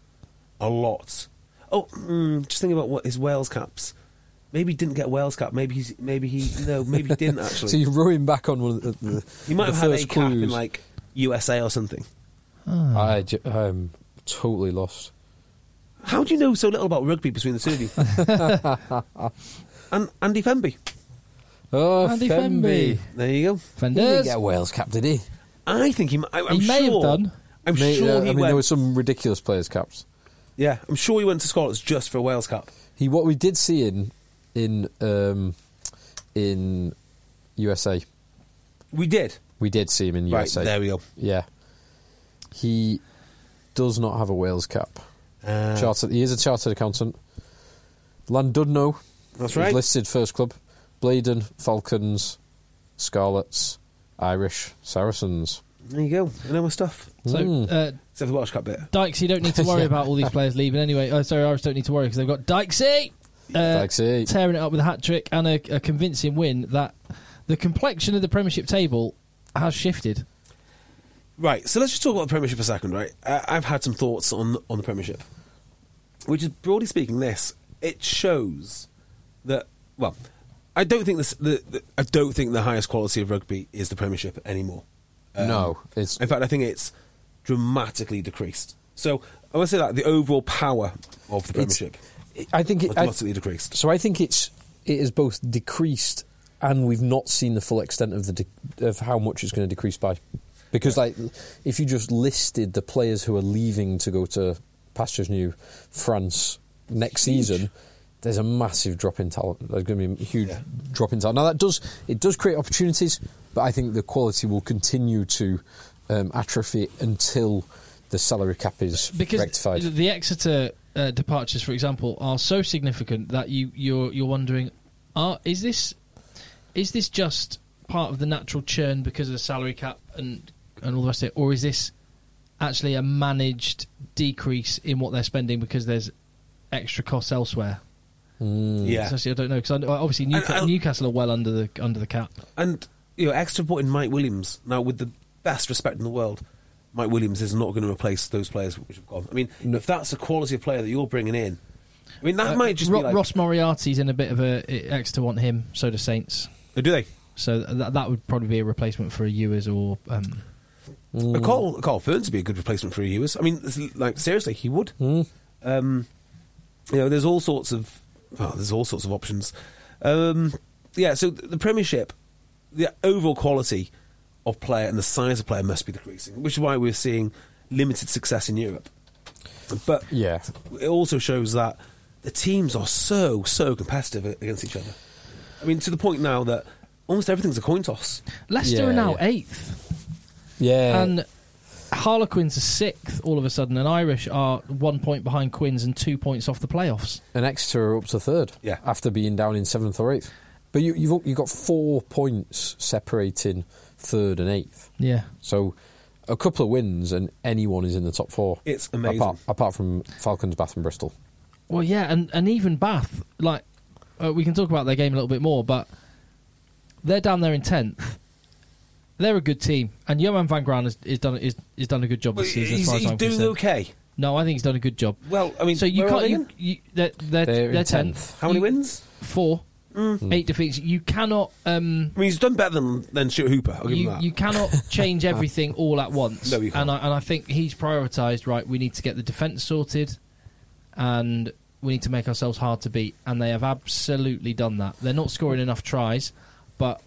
[SPEAKER 3] a lot. Oh, mm, just think about what his Wales caps. Maybe he didn't get Wales cap. Maybe he's maybe he no. Maybe he didn't actually.
[SPEAKER 4] So you're rowing back on one of the, the
[SPEAKER 3] he might
[SPEAKER 4] the
[SPEAKER 3] have had a
[SPEAKER 4] first
[SPEAKER 3] cap
[SPEAKER 4] clues.
[SPEAKER 3] in like USA or something.
[SPEAKER 2] Hmm.
[SPEAKER 4] I ju- I'm totally lost.
[SPEAKER 3] How do you know so little about rugby between the two of you? and Andy Femby.
[SPEAKER 4] Oh,
[SPEAKER 2] Andy
[SPEAKER 4] Femby.
[SPEAKER 2] Femby.
[SPEAKER 3] There you go.
[SPEAKER 4] He didn't
[SPEAKER 2] Fenders.
[SPEAKER 4] get a Wales cap, did he?
[SPEAKER 3] I think he. mi- I, I'm
[SPEAKER 2] He may have
[SPEAKER 3] sure-
[SPEAKER 2] done.
[SPEAKER 3] I'm
[SPEAKER 4] Mate,
[SPEAKER 3] sure
[SPEAKER 4] uh,
[SPEAKER 3] he
[SPEAKER 4] I mean,
[SPEAKER 3] went.
[SPEAKER 4] there were some ridiculous players' caps.
[SPEAKER 3] yeah, I'm sure he went to Scarlets just for a Wales cap.
[SPEAKER 4] He what we did see in in um, in USA.
[SPEAKER 3] We did.
[SPEAKER 4] We did see him in
[SPEAKER 3] Right
[SPEAKER 4] USA.
[SPEAKER 3] there we go.
[SPEAKER 4] Yeah, he does not have a Wales cap.
[SPEAKER 3] Uh,
[SPEAKER 4] Chartered, he is a chartered accountant. Landudno,
[SPEAKER 3] That's
[SPEAKER 4] is
[SPEAKER 3] right.
[SPEAKER 4] Listed first club, Bladen, Falcons, Scarlets, Irish, Saracens.
[SPEAKER 3] There you go. I know my stuff.
[SPEAKER 4] Hmm.
[SPEAKER 2] So,
[SPEAKER 3] Hmm.
[SPEAKER 2] uh,
[SPEAKER 3] Except the Welsh Cup bit.
[SPEAKER 2] Dykes, you don't need to worry about all these players leaving anyway. Oh, sorry, Irish don't need to worry because they've got Dykesy, uh,
[SPEAKER 4] Dykesy.
[SPEAKER 2] tearing it up with a hat trick and a, a convincing win. That the complexion of the Premiership table has shifted.
[SPEAKER 3] Right, so let's just talk about the Premiership a second, right? I, I've had some thoughts on on the Premiership, which is broadly speaking, this it shows that well, I don't think this the, the I don't think the highest quality of rugby is the Premiership anymore.
[SPEAKER 4] no, it's
[SPEAKER 3] In fact, Um, I think it's dramatically decreased. So I want to say that the overall power of the
[SPEAKER 4] It's-
[SPEAKER 3] Premiership
[SPEAKER 4] I think
[SPEAKER 3] has
[SPEAKER 4] it, I,
[SPEAKER 3] dramatically decreased.
[SPEAKER 4] so. I think it's it has both decreased and we've not seen the full extent of the de- of how much it's going to decrease by. Because like, if you just listed the players who are leaving to go to pastures new France next season, there's a massive drop in talent. There's going to be a huge
[SPEAKER 3] Yeah.
[SPEAKER 4] drop in talent. Now that does it does create opportunities, but I think the quality will continue to um, atrophy until the salary cap is
[SPEAKER 2] because
[SPEAKER 4] rectified.
[SPEAKER 2] th- the Exeter uh, departures, for example, are so significant that you you're you're wondering, are is this is this just part of the natural churn because of the salary cap and and all the rest of it, or is this actually a managed decrease in what they're spending because there's extra costs elsewhere?
[SPEAKER 3] Yeah,
[SPEAKER 2] So actually, I don't know because obviously Newca-
[SPEAKER 3] I'll-
[SPEAKER 2] Newcastle are well under the under the cap.
[SPEAKER 3] And you know, extra brought in Mike Williams. Now, with the best respect in the world, Mike Williams is not going to replace those players which have gone. I mean, if that's the quality of player that you're bringing in, I mean, that
[SPEAKER 2] Uh,
[SPEAKER 3] might just
[SPEAKER 2] Ro-
[SPEAKER 3] be like,
[SPEAKER 2] Ross Moriarty's in a bit of a Exeter want him, so do Saints.
[SPEAKER 3] Oh, do they?
[SPEAKER 2] So that that would probably be a replacement for a Ewers or um,
[SPEAKER 3] A Carl, a Carl Ferns would be a good replacement for Ewers. I mean, it's like seriously, he would.
[SPEAKER 2] Hmm.
[SPEAKER 3] Um, you know, there's all sorts of well, there's all sorts of options. Um, yeah, so th- the Premiership, the overall quality of player and the size of player must be decreasing, which is why we're seeing limited success in Europe. But
[SPEAKER 4] Yeah.
[SPEAKER 3] it also shows that the teams are so so competitive a- against each other. I mean, to the point now that almost everything's a coin toss.
[SPEAKER 2] Leicester
[SPEAKER 4] Yeah,
[SPEAKER 2] are now
[SPEAKER 4] yeah. Uh,
[SPEAKER 2] eighth,
[SPEAKER 4] yeah,
[SPEAKER 2] and Harlequins are sixth. All of a sudden, and Irish are one point behind Quins and two points off the playoffs.
[SPEAKER 4] and Exeter are up to third.
[SPEAKER 3] Yeah.
[SPEAKER 4] After being down in seventh or eighth, but you, you've you've got four points separating third and eighth.
[SPEAKER 2] Yeah,
[SPEAKER 4] So a couple of wins and anyone is in the top four.
[SPEAKER 3] It's amazing.
[SPEAKER 4] Apart, apart from Falcons, Bath, and Bristol.
[SPEAKER 2] well, yeah, and and even Bath, like uh, we can talk about their game a little bit more, but they're down there in tenth. They're a good team, and Johan van Graan has, has done is, has done a good job this season.
[SPEAKER 3] he's,
[SPEAKER 2] as far as
[SPEAKER 3] he's
[SPEAKER 2] I'm
[SPEAKER 3] doing
[SPEAKER 2] concerned.
[SPEAKER 3] okay.
[SPEAKER 2] No, I think he's done a good job.
[SPEAKER 3] Well, I mean,
[SPEAKER 2] so you
[SPEAKER 3] where
[SPEAKER 2] can't.
[SPEAKER 3] are they
[SPEAKER 2] You,
[SPEAKER 3] again?
[SPEAKER 2] you, they're they're,
[SPEAKER 4] They're in
[SPEAKER 2] they're
[SPEAKER 4] 10th.
[SPEAKER 2] tenth.
[SPEAKER 3] How many
[SPEAKER 2] You-
[SPEAKER 3] wins?
[SPEAKER 2] Four,
[SPEAKER 3] Mm.
[SPEAKER 2] eight defeats. You cannot. Um,
[SPEAKER 3] I mean, he's done better than than Stuart Hooper. I'll give
[SPEAKER 2] you,
[SPEAKER 3] him that.
[SPEAKER 2] you cannot change everything all at once.
[SPEAKER 3] No, you can't.
[SPEAKER 2] And I, and I think he's prioritised, right, we need to get the defence sorted and we need to make ourselves hard to beat. And they have absolutely done that. They're not scoring enough tries, but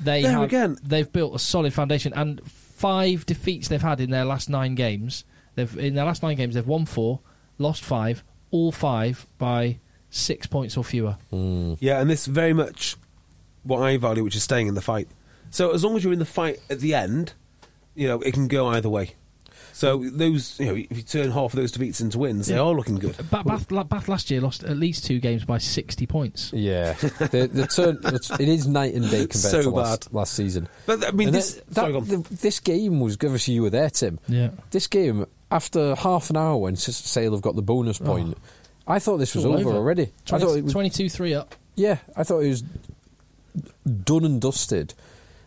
[SPEAKER 2] they
[SPEAKER 3] There
[SPEAKER 2] have,
[SPEAKER 3] again-
[SPEAKER 2] they've built a solid foundation. And five defeats they've had in their last nine games, they've in their last nine games, they've won four, lost five, all five by six points or fewer.
[SPEAKER 3] yeah, and this very much what I value, which is staying in the fight. So as long as you're in the fight at the end, you know it can go either way. So those, you know, if you turn half of those defeats into wins, they
[SPEAKER 2] Yeah.
[SPEAKER 3] are looking good.
[SPEAKER 2] Ba- Bath, La- Bath last year lost at least two games by 60 points.
[SPEAKER 4] Yeah, the, the turn it's- it is night and day compared
[SPEAKER 3] So
[SPEAKER 4] to last,
[SPEAKER 3] bad.
[SPEAKER 4] last season.
[SPEAKER 3] But, I mean,
[SPEAKER 4] And
[SPEAKER 3] this-
[SPEAKER 4] that,
[SPEAKER 3] sorry, go on.
[SPEAKER 4] the- this game was obviously you were there, Tim.
[SPEAKER 2] Yeah.
[SPEAKER 4] This game after half an hour when S- Sale have got the bonus point, I thought this was
[SPEAKER 2] Oh. all
[SPEAKER 4] over,
[SPEAKER 2] over.
[SPEAKER 4] already. I thought it was
[SPEAKER 2] 22 3 up.
[SPEAKER 4] Yeah, I thought it was done and dusted.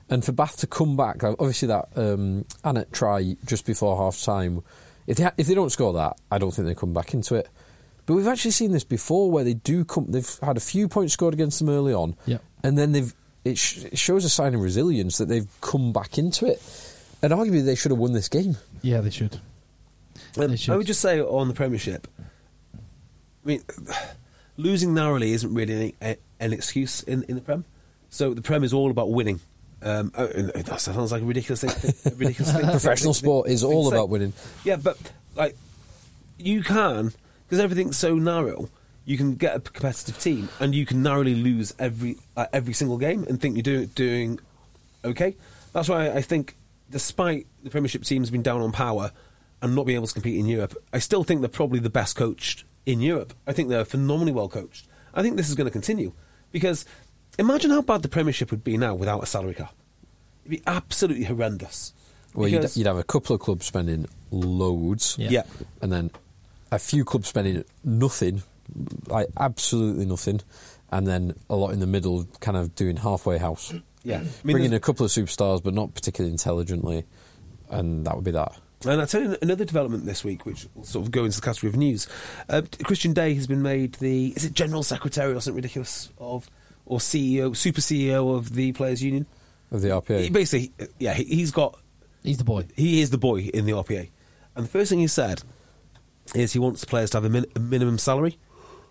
[SPEAKER 4] And for Bath to come back, like, obviously that um, Annett try just before half time, if they ha- if they don't score that, I don't think they come back into it. But we've actually seen this before, where they do come. They've had a few points scored against them early on,
[SPEAKER 2] Yep.
[SPEAKER 4] and then they've it, sh- it shows a sign of resilience that they've come back into it. And arguably, they should have won this game.
[SPEAKER 2] Yeah, they should.
[SPEAKER 3] Um,
[SPEAKER 2] They should.
[SPEAKER 3] I would just say on the Premiership, I mean, losing narrowly isn't really an, an excuse in, in the Prem. So the Prem is all about winning. Um, oh, and that sounds like a ridiculous thing. a ridiculous thing
[SPEAKER 4] Professional sport is
[SPEAKER 3] thing to
[SPEAKER 4] all
[SPEAKER 3] say.
[SPEAKER 4] about winning.
[SPEAKER 3] Yeah, but like you can because everything's so narrow. You can get a competitive team and you can narrowly lose every uh, every single game and think you're doing doing okay. That's why I think, despite the Premiership teams being down on power and not being able to compete in Europe, I still think they're probably the best coached in Europe. I think they're phenomenally well coached. I think this is going to continue because imagine how bad the Premiership would be now without a salary cap. It'd be absolutely horrendous.
[SPEAKER 4] Well,
[SPEAKER 3] Because-
[SPEAKER 4] you'd, you'd have a couple of clubs spending loads,
[SPEAKER 2] Yeah.
[SPEAKER 3] yeah.
[SPEAKER 4] and then a few clubs spending nothing, like absolutely nothing, and then a lot in the middle, kind of doing halfway house.
[SPEAKER 3] Yeah. I mean,
[SPEAKER 4] bringing
[SPEAKER 3] there's-
[SPEAKER 4] a couple of superstars, but not particularly intelligently, and that would be that.
[SPEAKER 3] And I'll tell you another development this week, which will sort of go into the category of news. Uh, Christian Day has been made the is it general secretary or something ridiculous of or CEO, super CEO of the Players Union.
[SPEAKER 4] Of the
[SPEAKER 3] He
[SPEAKER 4] RPA,
[SPEAKER 3] basically, yeah, he, he's got
[SPEAKER 2] He's the boy.
[SPEAKER 3] he is the boy in the RPA. And the first thing he said is he wants the players to have a, min- a minimum salary.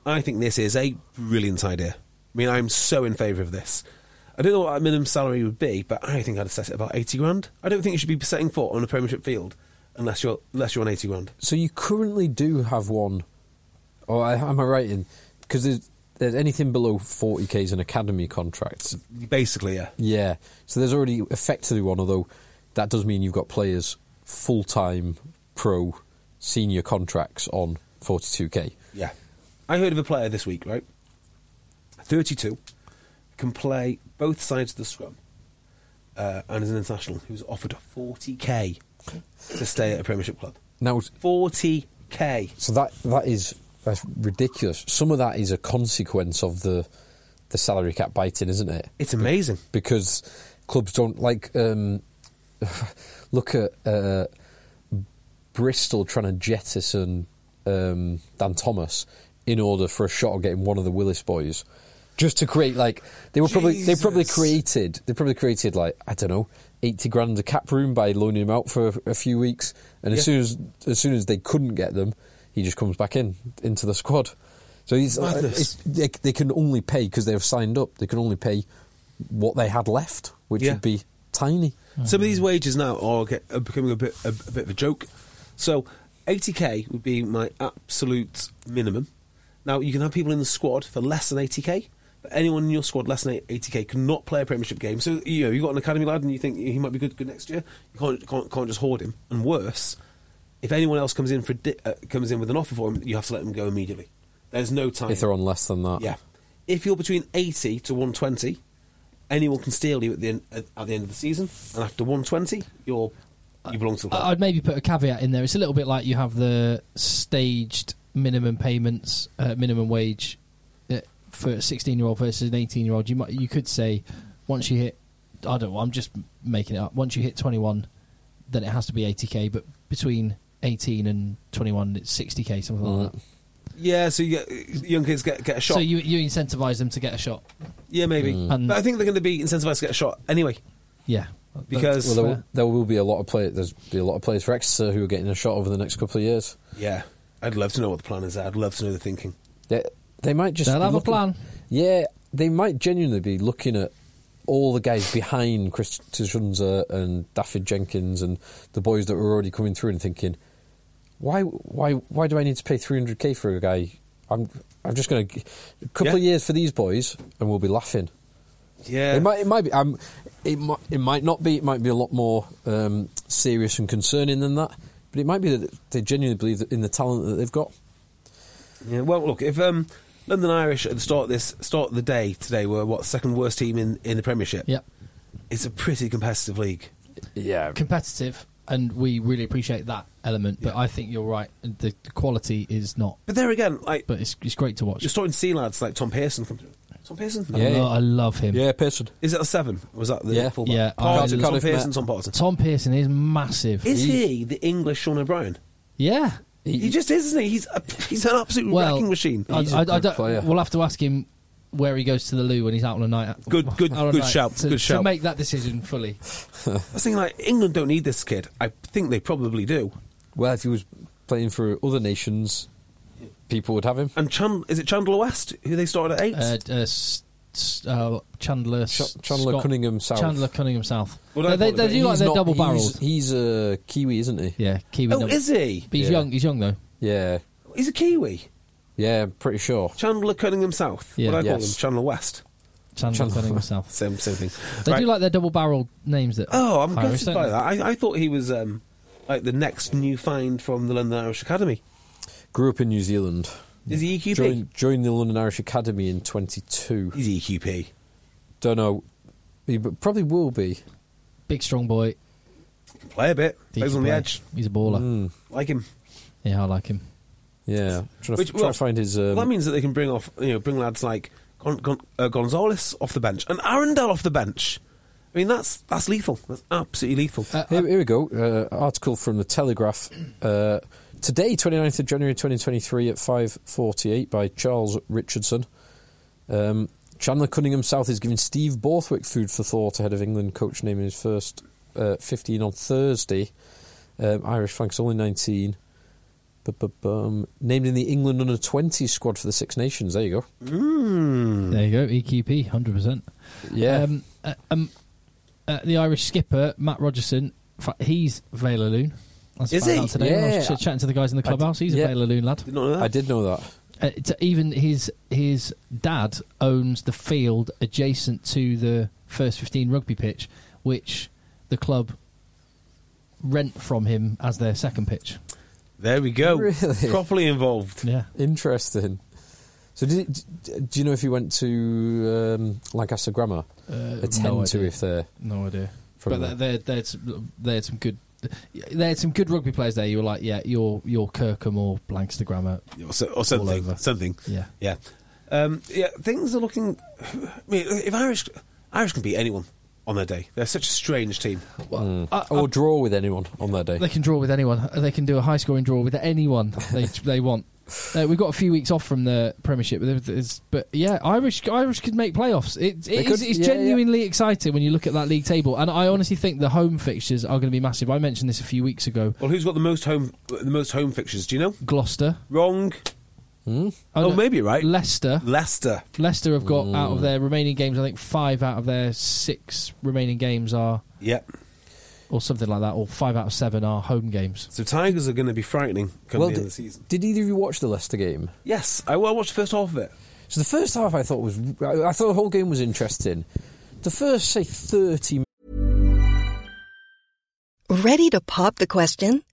[SPEAKER 3] I think this is a brilliant idea. I mean, I'm so in favour of this. I don't know what a minimum salary would be, but I think I'd set it about 80 grand. I don't think you should be setting foot on a Premiership field unless you're unless you're on 80 grand.
[SPEAKER 4] so you currently do have one. Oh, I, am I right in? Because there's, there's anything below 40k is an academy contract.
[SPEAKER 3] Basically, yeah.
[SPEAKER 4] Yeah, so there's already effectively one, although that does mean you've got players full time pro senior contracts on 42k.
[SPEAKER 3] Yeah. I heard of a player this week, right? 32, can play both sides of the scrum, uh, and is an international who's offered 40k to stay at a Premiership club.
[SPEAKER 4] Now,
[SPEAKER 3] 40k.
[SPEAKER 4] so that that is that's ridiculous. Some of that is a consequence of the the salary cap biting, isn't it?
[SPEAKER 3] It's amazing.
[SPEAKER 4] because clubs don't like um, look at uh, Bristol trying to jettison um, Dan Thomas in order for a shot at getting one of the Willis boys, just to create like they were probably they probably
[SPEAKER 3] Jesus.
[SPEAKER 4] created they probably created like I don't know eighty grand a cap room by loaning him out for a few weeks, and as
[SPEAKER 3] Yeah.
[SPEAKER 4] soon as as soon as they couldn't get them, he just comes back in into the squad. So he's
[SPEAKER 3] Madness.
[SPEAKER 4] it's- they, they can only pay because they've signed up. They can only pay what they had left, which
[SPEAKER 3] Yeah.
[SPEAKER 4] would be tiny.
[SPEAKER 3] Some of these wages now are, get, are becoming a bit a, a bit of a joke. So, 80k would be my absolute minimum. Now you can have people in the squad for less than 80k, but anyone in your squad less than 80k cannot play a Premiership game. So you know you have got an academy lad and you think he might be good good next year. You can't can't, can't just hoard him. And worse, if anyone else comes in for a di- uh, comes in with an offer for him, you have to let them go immediately. There's no time.
[SPEAKER 4] If they're on less than that,
[SPEAKER 3] Yeah. If you're between 80 to 120, anyone can steal you at the end, at, at the end of the season. And after 120, you're
[SPEAKER 2] Uh,
[SPEAKER 3] you belong to the club.
[SPEAKER 2] I- I'd maybe put a caveat in there. It's a little bit like you have the staged minimum payments, uh, minimum wage uh, for a 16 year old versus an 18 year old. You might, you could say once you hit, I don't know, I'm just making it up. Once you hit 21, then it has to be 80k, but between 18 and 21, it's 60k, something
[SPEAKER 4] Mm.
[SPEAKER 2] like that.
[SPEAKER 3] yeah, so you get, young kids get, get a shot.
[SPEAKER 2] So you Mm. you incentivize them to get a shot.
[SPEAKER 3] yeah, maybe.
[SPEAKER 2] And-
[SPEAKER 3] But I think they're going to be incentivised to get a shot anyway.
[SPEAKER 2] Yeah,
[SPEAKER 3] Because-
[SPEAKER 4] Well, there, will,
[SPEAKER 2] Fair.
[SPEAKER 4] there will be a lot of play. There's be a lot of players for Exeter who are getting a shot over the next couple of years.
[SPEAKER 3] Yeah. I'd love to know what the plan is. I'd love to know the thinking.
[SPEAKER 4] They, they might just
[SPEAKER 2] They'll
[SPEAKER 4] be
[SPEAKER 2] have a
[SPEAKER 4] looking-
[SPEAKER 2] plan.
[SPEAKER 4] Yeah, they might genuinely be looking at all the guys behind Chris Tishunza and Daffy Jenkins and the boys that were already coming through and thinking, why, why, why do I need to pay 300k for a guy? I'm, I'm just going to a couple of
[SPEAKER 3] Yeah.
[SPEAKER 4] years for these boys, and we'll be laughing.
[SPEAKER 3] Yeah.
[SPEAKER 4] It might, it might be, um, it might, it might not be. It might be a lot more um, serious and concerning than that. But it might be that they genuinely believe that in the talent that they've got.
[SPEAKER 3] Yeah, well, look, if um, London Irish at the start of this start of the day today were what second worst team in, in the Premiership.
[SPEAKER 2] yeah,
[SPEAKER 3] It's a pretty competitive league.
[SPEAKER 4] Yeah,
[SPEAKER 2] competitive, and we really appreciate that element. But I think you're right. The, the quality is not,
[SPEAKER 3] But there again, like
[SPEAKER 2] but it's it's great to watch.
[SPEAKER 3] you're starting to see lads like Tom Pearson come through. Tom Pearson?
[SPEAKER 4] Yeah,
[SPEAKER 2] I,
[SPEAKER 4] yeah.
[SPEAKER 2] lo- I love him.
[SPEAKER 4] Yeah, Pearson.
[SPEAKER 3] Is it a seven? Was that the
[SPEAKER 4] Yeah.
[SPEAKER 3] fullback?
[SPEAKER 2] Yeah,
[SPEAKER 3] Parton,
[SPEAKER 4] I-
[SPEAKER 3] Tom
[SPEAKER 4] Cardiff
[SPEAKER 3] Pearson,
[SPEAKER 4] Met.
[SPEAKER 3] Tom Parton.
[SPEAKER 2] Tom Pearson is massive.
[SPEAKER 3] Is he the English Sean O'Brien?
[SPEAKER 2] Yeah.
[SPEAKER 3] He just is, isn't he? He's a, he's an absolute
[SPEAKER 2] Well,
[SPEAKER 3] wrecking machine.
[SPEAKER 2] I,
[SPEAKER 4] He's a
[SPEAKER 2] I- I
[SPEAKER 4] good
[SPEAKER 2] don't-
[SPEAKER 4] player.
[SPEAKER 2] we'll have to ask him where he goes to the loo when he's out on a night.
[SPEAKER 3] Good- good-
[SPEAKER 2] out on a
[SPEAKER 3] good
[SPEAKER 2] night
[SPEAKER 3] shout,
[SPEAKER 2] To,
[SPEAKER 3] good
[SPEAKER 2] To
[SPEAKER 3] shout.
[SPEAKER 2] make that decision fully.
[SPEAKER 3] I was thinking, like, England don't need this kid. I think they probably do.
[SPEAKER 4] Well, if he was playing for other nations, people would have him.
[SPEAKER 3] And Chan- is it Chandler West, who they started at eight?
[SPEAKER 2] Uh, uh, s- s- uh, Chandler, S-
[SPEAKER 4] Ch- Chandler
[SPEAKER 2] Scott-
[SPEAKER 4] Cunningham South.
[SPEAKER 2] Chandler Cunningham South.
[SPEAKER 3] Well,
[SPEAKER 2] they,
[SPEAKER 3] don't
[SPEAKER 2] they,
[SPEAKER 3] bother
[SPEAKER 2] they
[SPEAKER 3] me.
[SPEAKER 2] do like
[SPEAKER 4] He's
[SPEAKER 2] they're
[SPEAKER 4] not-
[SPEAKER 2] double
[SPEAKER 4] he's-
[SPEAKER 2] barreled.
[SPEAKER 4] He's, a Kiwi, isn't he?
[SPEAKER 2] yeah, Kiwi.
[SPEAKER 3] oh,
[SPEAKER 2] number-
[SPEAKER 3] is he?
[SPEAKER 2] But he's
[SPEAKER 4] Yeah.
[SPEAKER 2] young. He's young though.
[SPEAKER 4] Yeah,
[SPEAKER 3] He's a Kiwi.
[SPEAKER 4] yeah, I'm pretty sure.
[SPEAKER 3] Chandler Cunningham South.
[SPEAKER 2] Yeah.
[SPEAKER 3] what do I call
[SPEAKER 4] Yes.
[SPEAKER 3] him? Chandler West.
[SPEAKER 2] Chandler,
[SPEAKER 4] Chandler-
[SPEAKER 2] Cunningham South.
[SPEAKER 3] Same, same thing.
[SPEAKER 2] They
[SPEAKER 3] Right.
[SPEAKER 2] do like their double barreled names. That
[SPEAKER 3] Oh, I'm
[SPEAKER 2] Irish,
[SPEAKER 3] gutted
[SPEAKER 2] don't
[SPEAKER 3] by
[SPEAKER 2] they?
[SPEAKER 3] that. I, I thought he was um, like the next new find from the London Irish Academy.
[SPEAKER 4] Grew up in New Zealand.
[SPEAKER 3] Is he E EQP?
[SPEAKER 4] Joined, joined the London Irish Academy in 22.
[SPEAKER 3] He's E EQP.
[SPEAKER 4] Don't know. He b- probably will be.
[SPEAKER 2] Big strong boy.
[SPEAKER 3] Play a bit.
[SPEAKER 2] He
[SPEAKER 3] Plays
[SPEAKER 2] can
[SPEAKER 3] on the
[SPEAKER 2] play.
[SPEAKER 3] edge. Mm.
[SPEAKER 2] He's a baller.
[SPEAKER 3] Like him.
[SPEAKER 2] Yeah, I like him.
[SPEAKER 4] Yeah, I'm trying to,
[SPEAKER 3] Which-
[SPEAKER 4] try
[SPEAKER 3] well,
[SPEAKER 4] to find his. Um,
[SPEAKER 3] that means that they can bring off, you know, bring lads like Gon- Gon- uh, Gonzalez off the bench and Arundel off the bench. I mean, that's that's lethal. That's absolutely lethal.
[SPEAKER 2] Uh,
[SPEAKER 4] Here, here we go. Uh, article from the Telegraph. Uh, today, 29th of January 2023 at 5.48 by Charles Richardson. Um, Chandler Cunningham South is giving Steve Borthwick food for thought ahead of England coach naming his first uh, 15 on Thursday. Um, Irish Frank's only 19. Ba-ba-bum. Named in the England under 20 squad for the Six Nations. There you go.
[SPEAKER 3] Hmm.
[SPEAKER 2] There you go. EQP, hundred percent.
[SPEAKER 4] Yeah.
[SPEAKER 2] Um, uh, um, uh, the Irish skipper Matt Rogerson, fa- he's Valaloon.
[SPEAKER 3] Is he?
[SPEAKER 2] Today when I was
[SPEAKER 4] Yeah.
[SPEAKER 2] ch- chatting to the guys in the
[SPEAKER 4] I d-
[SPEAKER 2] clubhouse. He's
[SPEAKER 4] yeah.
[SPEAKER 2] a Valaloon lad.
[SPEAKER 3] Did not know that.
[SPEAKER 4] I did know that.
[SPEAKER 2] Uh, t- even his his dad owns the field adjacent to the first fifteen rugby pitch, which the club rent from him as their second pitch.
[SPEAKER 3] There we go.
[SPEAKER 4] Really?
[SPEAKER 3] Properly involved.
[SPEAKER 2] Yeah.
[SPEAKER 4] Interesting. So, did, d- do you know if you went to um, Lancaster Grammar?
[SPEAKER 2] Uh,
[SPEAKER 4] Attend
[SPEAKER 2] no
[SPEAKER 4] to
[SPEAKER 2] idea.
[SPEAKER 4] if they're
[SPEAKER 2] No idea.
[SPEAKER 4] from
[SPEAKER 2] but they
[SPEAKER 4] there.
[SPEAKER 2] they had some, they had some good they had some good rugby players there. You were like, yeah, you're you're Kirkham or Lancaster Grammar.
[SPEAKER 3] Or, so, or something.
[SPEAKER 2] over.
[SPEAKER 3] Something.
[SPEAKER 2] Yeah.
[SPEAKER 3] Yeah. Um, yeah. Things are looking. I mean, if Irish Irish can beat anyone on their day, they're such a strange team.
[SPEAKER 4] Mm.
[SPEAKER 2] I-
[SPEAKER 4] or draw with anyone on that day.
[SPEAKER 2] They can draw with anyone. They can do a high scoring draw with anyone they they want. Uh, we've got a few weeks off from the Premiership, but, there- there's- but yeah, Irish Irish could make playoffs. It, it is,
[SPEAKER 4] could,
[SPEAKER 2] it's
[SPEAKER 4] yeah, yeah.
[SPEAKER 2] genuinely exciting when you look at that league table, and I honestly think the home fixtures are going to be massive. I mentioned this a few weeks ago.
[SPEAKER 3] Well, who's got the most home the most home fixtures? Do you know?
[SPEAKER 2] Gloucester,
[SPEAKER 3] Wrong. Oh,
[SPEAKER 2] no,
[SPEAKER 3] maybe you're right.
[SPEAKER 2] Leicester,
[SPEAKER 3] Leicester.
[SPEAKER 2] Leicester have got out of their remaining games. I think five out of their six remaining games are,
[SPEAKER 3] Yeah.
[SPEAKER 2] or something like that, or five out of seven are home games.
[SPEAKER 3] So Tigers are going to be frightening come
[SPEAKER 4] well,
[SPEAKER 3] the end
[SPEAKER 4] did,
[SPEAKER 3] of the season.
[SPEAKER 4] did either of you watch the Leicester game?
[SPEAKER 3] Yes, I, well, I watched the first half of it.
[SPEAKER 4] So the first half I thought was I I thought the whole game was interesting. The first say thirty
[SPEAKER 5] Ready to pop the question?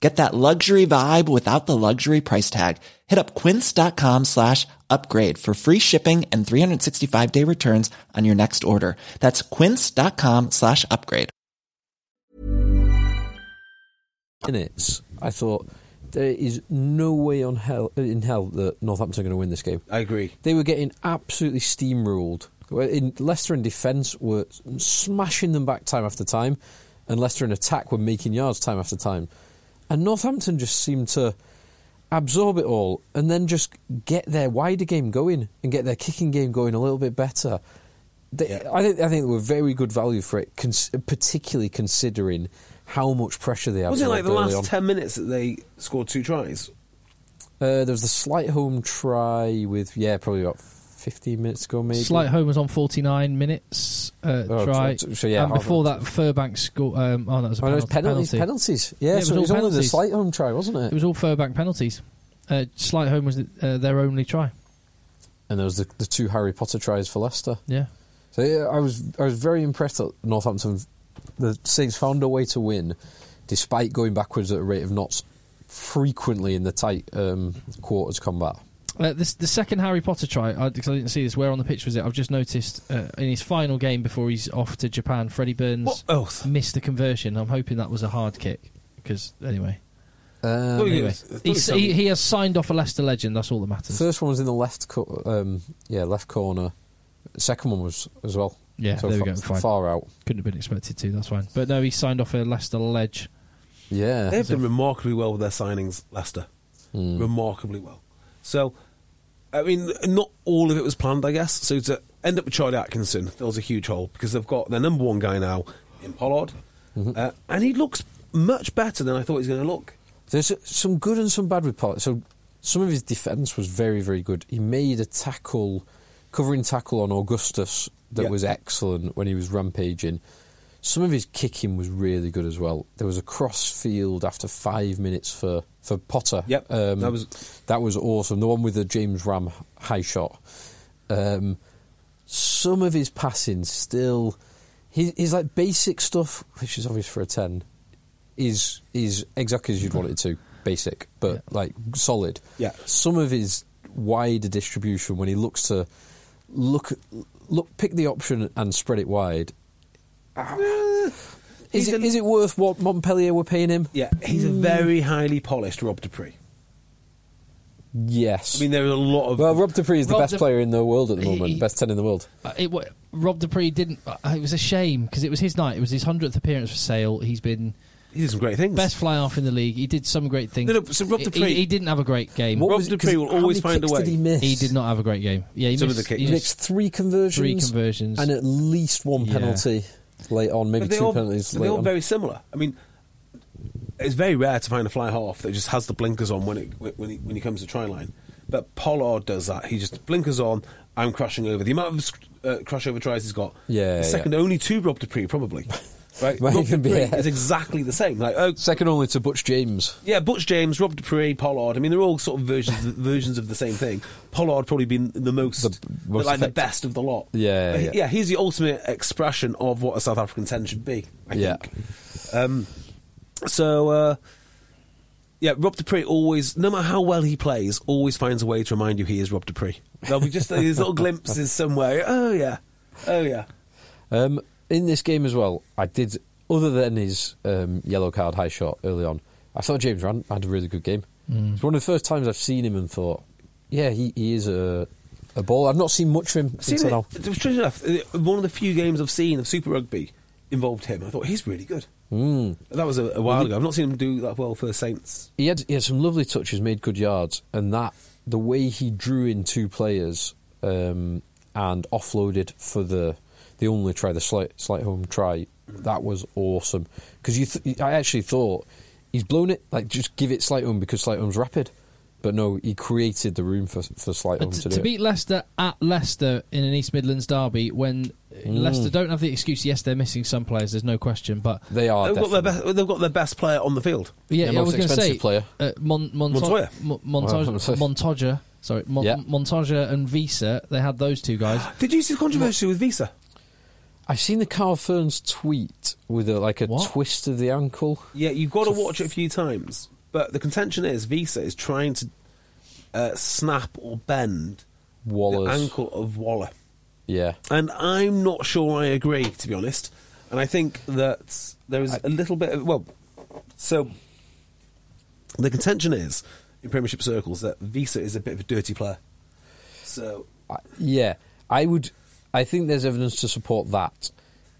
[SPEAKER 6] Get that luxury vibe without the luxury price tag. Hit up quince.com slash upgrade for free shipping and 365 day returns on your next order. That's quince.com slash upgrade.
[SPEAKER 4] minutes. I thought there is no way on hell in hell that Northampton are going to win this game.
[SPEAKER 3] I agree.
[SPEAKER 4] They were getting absolutely steamrolled. Well, In Leicester in defence were smashing them back time after time, and Leicester in attack were making yards time after time. And Northampton just seemed to absorb it all and then just get their wider game going and get their kicking game going a little bit better. They, I think I think they were very good value for it, cons- particularly considering how much pressure they had.
[SPEAKER 3] Wasn't it like the
[SPEAKER 4] early
[SPEAKER 3] last
[SPEAKER 4] on.
[SPEAKER 3] ten minutes that they scored two tries?
[SPEAKER 4] Uh, there was the slight home try with yeah, probably about fifteen minutes ago, maybe.
[SPEAKER 2] Slight home was on 49 minutes uh,
[SPEAKER 4] Oh,
[SPEAKER 2] try.
[SPEAKER 4] so- so yeah,
[SPEAKER 2] and
[SPEAKER 4] half
[SPEAKER 2] before
[SPEAKER 4] an hour.
[SPEAKER 2] that, Furbank scored. Um, oh, that was a
[SPEAKER 4] Oh, no, it was penalties,
[SPEAKER 2] penalty.
[SPEAKER 4] penalties. Yeah,
[SPEAKER 2] Yeah, it
[SPEAKER 4] so
[SPEAKER 2] was all
[SPEAKER 4] it was only the
[SPEAKER 2] penalties.
[SPEAKER 4] slight home try, wasn't it?
[SPEAKER 2] It was all Furbank penalties. Uh, slight home was uh, their only try.
[SPEAKER 4] and there was the, the two Harry Potter tries for Leicester.
[SPEAKER 2] Yeah.
[SPEAKER 4] So yeah, I was I was very impressed that Northampton, the Saints found a way to win, despite going backwards at a rate of knots frequently in the tight um, quarters combat.
[SPEAKER 2] Uh, this, the second Harry Potter try, because I, didn't see this, where on the pitch was it? I've just noticed uh, in his final game before he's off to Japan, Freddie Burns
[SPEAKER 3] What else?
[SPEAKER 2] missed the conversion. I'm hoping that was a hard kick, because anyway.
[SPEAKER 4] Um,
[SPEAKER 3] Look at
[SPEAKER 2] anyway.
[SPEAKER 3] this. Look at
[SPEAKER 2] He's,
[SPEAKER 3] some-
[SPEAKER 2] he, he has signed off a Leicester legend, that's all that
[SPEAKER 4] the
[SPEAKER 2] matters.
[SPEAKER 4] first one was in the left, co- um, yeah, left corner. The second one was as well.
[SPEAKER 2] Yeah,
[SPEAKER 4] so
[SPEAKER 2] there we
[SPEAKER 4] fa-
[SPEAKER 2] go, fine.
[SPEAKER 4] far out.
[SPEAKER 2] Couldn't have been expected to, that's fine. But no, he signed off a Leicester ledge.
[SPEAKER 4] Yeah,
[SPEAKER 3] They've done remarkably well with their signings, Leicester. Hmm. Remarkably well. So, I mean, not all of it was planned, I guess. So to end up with Charlie Atkinson fills a huge hole because they've got their number one guy now in Pollard, uh, and he looks much better than I thought he was going to look.
[SPEAKER 4] There's some good and some bad with Pollard. So some of his defence was very, very good. He made a tackle, covering tackle on Augustus that
[SPEAKER 3] Yeah.
[SPEAKER 4] was excellent when he was rampaging. Some of his kicking was really good as well. There was a cross field after five minutes for, for Potter. Um,
[SPEAKER 3] Yep, that was-
[SPEAKER 4] that was awesome. The one with the James Ram high shot. Um, some of his passing still, his, his like basic stuff, which is obvious for a ten, is is exactly as you'd want it to, basic, but like solid.
[SPEAKER 3] Yeah.
[SPEAKER 4] Some of his wider distribution when he looks to look look pick the option and spread it wide. ah. Is
[SPEAKER 3] He's
[SPEAKER 4] it,
[SPEAKER 3] a-
[SPEAKER 4] is it worth what Montpellier were paying him?
[SPEAKER 3] Yeah, he's a very highly polished Rob Dupree.
[SPEAKER 4] Yes.
[SPEAKER 3] I mean, there are a lot of
[SPEAKER 4] well, Rob Dupree is the
[SPEAKER 2] Rob
[SPEAKER 4] best
[SPEAKER 2] Dup-
[SPEAKER 4] player in the world at the
[SPEAKER 2] He-
[SPEAKER 4] moment,
[SPEAKER 2] he-
[SPEAKER 4] best 10 in the world.
[SPEAKER 2] Uh, it, wa Rob Dupree didn't. Uh, it was a shame because it was his night. It was his hundredth appearance for Sale. He's been
[SPEAKER 3] he did some great things.
[SPEAKER 2] best fly half in the league. He did some great things.
[SPEAKER 3] No, no, so Rob
[SPEAKER 2] He-
[SPEAKER 3] Dupree-
[SPEAKER 2] He, he didn't have a great game.
[SPEAKER 3] Rob
[SPEAKER 4] was it- 'cause
[SPEAKER 3] Dupree will
[SPEAKER 4] how
[SPEAKER 3] always
[SPEAKER 4] many
[SPEAKER 3] find a
[SPEAKER 4] kicks
[SPEAKER 3] way.
[SPEAKER 4] Did he, miss?
[SPEAKER 2] He did not have a great game. Yeah, he
[SPEAKER 3] Some of
[SPEAKER 2] missed,
[SPEAKER 3] the kicks.
[SPEAKER 2] he
[SPEAKER 3] Yes.
[SPEAKER 4] He makes
[SPEAKER 2] missed
[SPEAKER 4] three conversions,
[SPEAKER 2] three conversions.
[SPEAKER 4] and at least one
[SPEAKER 2] Yeah.
[SPEAKER 4] penalty late on, maybe
[SPEAKER 3] But they
[SPEAKER 4] two
[SPEAKER 3] all,
[SPEAKER 4] penalties
[SPEAKER 3] they're
[SPEAKER 4] late
[SPEAKER 3] all
[SPEAKER 4] on.
[SPEAKER 3] very similar. I mean, it's very rare to find a fly half that just has the blinkers on when it when he, when he comes to try line. But Pollard does that. He just blinkers on. I'm crashing over. The amount of sc- uh, crash over tries he's got.
[SPEAKER 4] Yeah, yeah.
[SPEAKER 3] is second only to Rob Dupree probably. Right,
[SPEAKER 4] Might
[SPEAKER 3] Rob
[SPEAKER 4] even be
[SPEAKER 3] Dupree
[SPEAKER 4] ahead.
[SPEAKER 3] is exactly the same. Like oh,
[SPEAKER 4] Second only to Butch James.
[SPEAKER 3] yeah, Butch James, Rob Dupree, Pollard. I mean, they're all sort of versions versions of the same thing. Pollard probably been the most,
[SPEAKER 4] The most
[SPEAKER 3] like
[SPEAKER 4] effective.
[SPEAKER 3] the best of the lot.
[SPEAKER 4] Yeah,
[SPEAKER 3] But he-
[SPEAKER 4] yeah.
[SPEAKER 3] yeah. He's the ultimate expression of what a South African ten should be. I
[SPEAKER 4] Yeah.
[SPEAKER 3] think. Um, so, uh, yeah, Rob Dupree always, no matter how well he plays, always finds a way to remind you he is Rob Dupree. There'll be just these little glimpses somewhere. Oh yeah, oh yeah.
[SPEAKER 4] Um, in this game as well, I did, other than his um, yellow card high shot early on, I thought James Rand had a really good game. It's one of the first times I've seen him and thought, yeah, he, he is a, a ball. I've not seen much of him
[SPEAKER 3] See,
[SPEAKER 4] until now.
[SPEAKER 3] it, it was strange enough. uh, One of the few games I've seen of Super Rugby involved him. I thought he's really good. Mm. That was a, a while ago. I've not seen him do that well for Saints.
[SPEAKER 4] he had he had some lovely touches, made good yards, and that the way he drew in two players um, and offloaded for the the only try, the slight slight home try, that was awesome. Because you, th- I actually thought he's blown it, like just give it slight home because slight home's rapid, but no, he created the room for for slight home
[SPEAKER 2] But
[SPEAKER 4] to,
[SPEAKER 2] to,
[SPEAKER 4] do
[SPEAKER 2] to
[SPEAKER 4] it.
[SPEAKER 2] beat Leicester at Leicester in an East Midlands derby when
[SPEAKER 3] Mm.
[SPEAKER 2] Leicester don't have the excuse. Yes, they're missing some players. There's no question, but
[SPEAKER 4] they are
[SPEAKER 3] they've, got
[SPEAKER 4] definitely.
[SPEAKER 3] their best, they've got their best player on the field.
[SPEAKER 2] yeah,
[SPEAKER 4] Their
[SPEAKER 2] yeah, I
[SPEAKER 4] most
[SPEAKER 2] was going to
[SPEAKER 4] expensive
[SPEAKER 2] say
[SPEAKER 4] player.
[SPEAKER 2] uh, Mon- Mon-
[SPEAKER 3] Montoya.
[SPEAKER 2] Mon- Montoya,
[SPEAKER 4] Well, so-
[SPEAKER 2] Montoya, sorry, Mon-
[SPEAKER 4] Yeah.
[SPEAKER 2] Montoya and Visa. They had those two guys.
[SPEAKER 3] Did you see the controversy with Visa?
[SPEAKER 4] I've seen the Carl Ferns tweet with a, like a
[SPEAKER 2] What?
[SPEAKER 4] twist of the ankle.
[SPEAKER 3] Yeah, you've got to watch it a few times. But the contention is Visa is trying to uh, snap or bend
[SPEAKER 4] Waller's-
[SPEAKER 3] the ankle of Waller.
[SPEAKER 4] Yeah,
[SPEAKER 3] And I'm not sure I agree, to be honest. And I think that there is a little bit of. Well, so the contention is in Premiership circles that Visa is a bit of a dirty player. So.
[SPEAKER 4] I- yeah, I would. I think there's evidence to support that.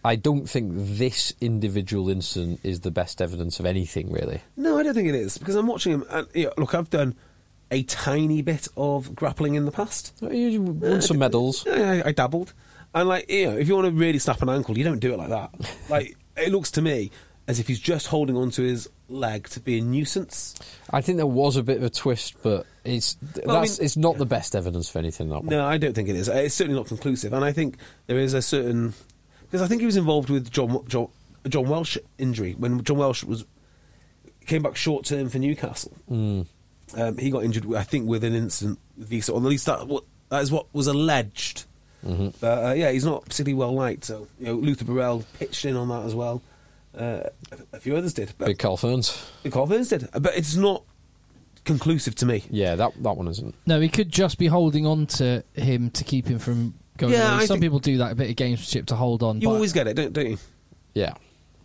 [SPEAKER 4] I don't think this individual incident is the best evidence of anything, really.
[SPEAKER 3] No, I don't think it is because I'm watching him. And you know, look, I've done a tiny bit of grappling in the past.
[SPEAKER 4] You won some medals.
[SPEAKER 3] I, I dabbled, and like you know, if you want to really snap an ankle, you don't do it like that. Like it looks to me, as if he's just holding onto his leg to be a nuisance.
[SPEAKER 4] I think there was a bit of a twist, but it's
[SPEAKER 3] I
[SPEAKER 4] that's,
[SPEAKER 3] mean-
[SPEAKER 4] it's not the best evidence for anything. That one.
[SPEAKER 3] No, I don't think it is. It's certainly not conclusive, and I think there is a certain because I think he was involved with John John, John Welsh injury when John Welsh was came back short term for Newcastle. Um, he got injured, I think, with an incident visa, or at least that what that is what was alleged. But uh, yeah, he's not particularly well liked. So you know, Luther Burrell pitched in on that as well. Uh, a- a few others did. But
[SPEAKER 4] Big Carl Ferns.
[SPEAKER 3] Carl Ferns did, but it's not conclusive to me.
[SPEAKER 4] Yeah, that that one isn't.
[SPEAKER 2] No, he could just be holding on to him to keep him from going.
[SPEAKER 3] Yeah,
[SPEAKER 2] away.
[SPEAKER 3] I
[SPEAKER 2] Some
[SPEAKER 3] think-
[SPEAKER 2] people do that a bit of gamesmanship to hold on.
[SPEAKER 3] You
[SPEAKER 2] but,
[SPEAKER 3] always get it, don't, don't you?
[SPEAKER 4] Yeah,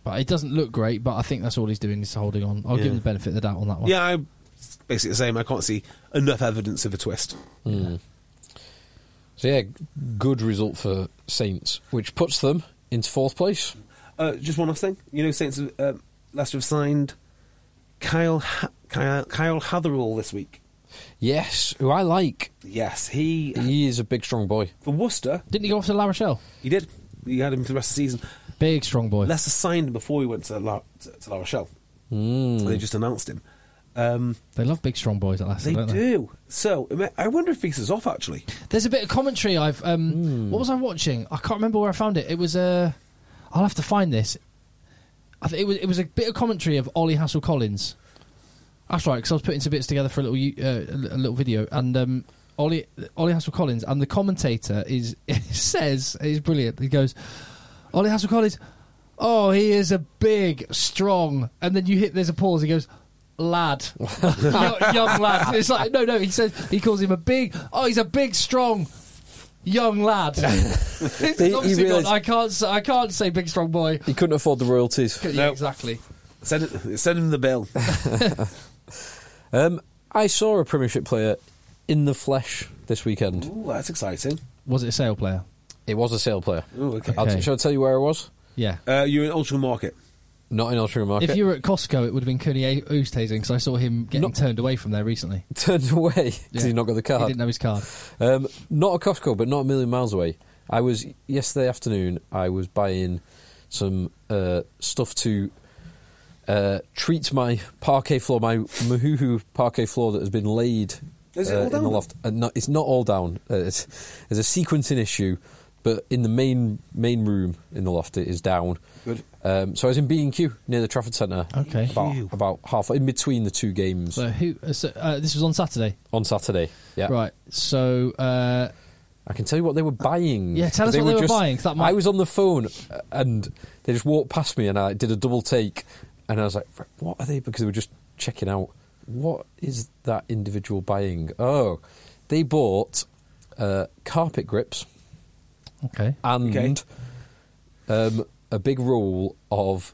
[SPEAKER 2] but it doesn't look great. But I think that's all he's doing is holding on. I'll give
[SPEAKER 3] Yeah.
[SPEAKER 2] him the benefit of the doubt on that one.
[SPEAKER 3] Yeah, I'm basically the same. I can't see enough evidence of a twist.
[SPEAKER 4] so yeah, good result for Saints, which puts them into fourth place.
[SPEAKER 3] Uh, just one last thing. You know, Saints have, uh, Leicester have signed Kyle ha- Kyle, Kyle Hatherall this week.
[SPEAKER 4] Yes, who I like.
[SPEAKER 3] Yes, he
[SPEAKER 4] He is a big, strong boy.
[SPEAKER 3] for Worcester.
[SPEAKER 2] Didn't he go off to La Rochelle?
[SPEAKER 3] He did. He had him for the rest of the season.
[SPEAKER 2] Big strong boy.
[SPEAKER 3] Leicester signed him before he went to La, to, to La Rochelle.
[SPEAKER 2] Hmm.
[SPEAKER 3] They just announced him. Um,
[SPEAKER 2] They love big strong boys at Leicester,
[SPEAKER 3] they
[SPEAKER 2] don't they?
[SPEAKER 3] do. So I mean, I wonder if Visa's off actually.
[SPEAKER 2] There's a bit of commentary. I've um,
[SPEAKER 3] Hmm.
[SPEAKER 2] what was I watching? I can't remember where I found it. It was Uh, I'll have to find this. I th- it was it was a bit of commentary of Ollie Hassel Collins. That's right, because I was putting some bits together for a little you- uh, a li- a little video, and um, Ollie Ollie Hassel Collins and the commentator is says he's brilliant. He goes, Ollie Hassel Collins, oh he is a big, strong, and then you hit there's a pause. He goes. Lad, young, young lad. It's like no, no. He says he calls him a big. Oh, he's a big, strong, young lad. It's
[SPEAKER 4] he
[SPEAKER 2] obviously gone,
[SPEAKER 4] realised-
[SPEAKER 2] I can't. s- I can't say big, strong boy.
[SPEAKER 4] He couldn't afford the royalties.
[SPEAKER 2] Yeah,
[SPEAKER 3] No.
[SPEAKER 2] exactly.
[SPEAKER 3] Send it- send him the bill.
[SPEAKER 4] Um, I saw a Premiership player in the flesh this weekend.
[SPEAKER 3] Ooh, that's exciting.
[SPEAKER 2] Was it a sale player?
[SPEAKER 4] It was a sale player.
[SPEAKER 3] Ooh, okay.
[SPEAKER 4] I'll
[SPEAKER 2] Okay.
[SPEAKER 4] T- shall I tell you where I was?
[SPEAKER 2] Yeah.
[SPEAKER 3] Uh, you're in Ultra Market.
[SPEAKER 4] Not in Altrincham Market.
[SPEAKER 2] If you were at Costco, it would have been Cooney Oosthuizen because I saw him getting
[SPEAKER 4] Not-
[SPEAKER 2] turned away from there recently.
[SPEAKER 4] turned away because
[SPEAKER 2] Yeah.
[SPEAKER 4] he not got the
[SPEAKER 2] He
[SPEAKER 4] card.
[SPEAKER 2] didn't know his card.
[SPEAKER 4] Um, not a Costco, but not a million miles away. I was yesterday afternoon. I was buying some uh, stuff to uh, treat my parquet floor, my Mahuhu parquet floor that has been laid
[SPEAKER 3] Is it
[SPEAKER 4] uh,
[SPEAKER 3] all
[SPEAKER 4] in
[SPEAKER 3] down
[SPEAKER 4] the
[SPEAKER 3] then?
[SPEAKER 4] loft. Uh, no, it's not all down. Uh, it's, there's a sequencing issue, but in the main main room in the loft, it is down.
[SPEAKER 3] Good.
[SPEAKER 4] Um, so I was in B and Q near the Trafford Centre.
[SPEAKER 2] Okay.
[SPEAKER 4] About,
[SPEAKER 3] Q.
[SPEAKER 4] about half in between the two games
[SPEAKER 2] So who? Uh, so, uh, this was on Saturday,
[SPEAKER 4] on Saturday. Yeah.
[SPEAKER 2] right? So uh,
[SPEAKER 4] I can tell you what they were buying.
[SPEAKER 2] Yeah, tell us what they were buying, 'cause that might-
[SPEAKER 4] I was on the phone uh, and they just walked past me and I did a double take and I was like, what are they? Because they were just checking out. What is that individual buying? Oh, they bought uh, carpet grips
[SPEAKER 2] okay.
[SPEAKER 4] and
[SPEAKER 3] Okay.
[SPEAKER 4] um, a big roll of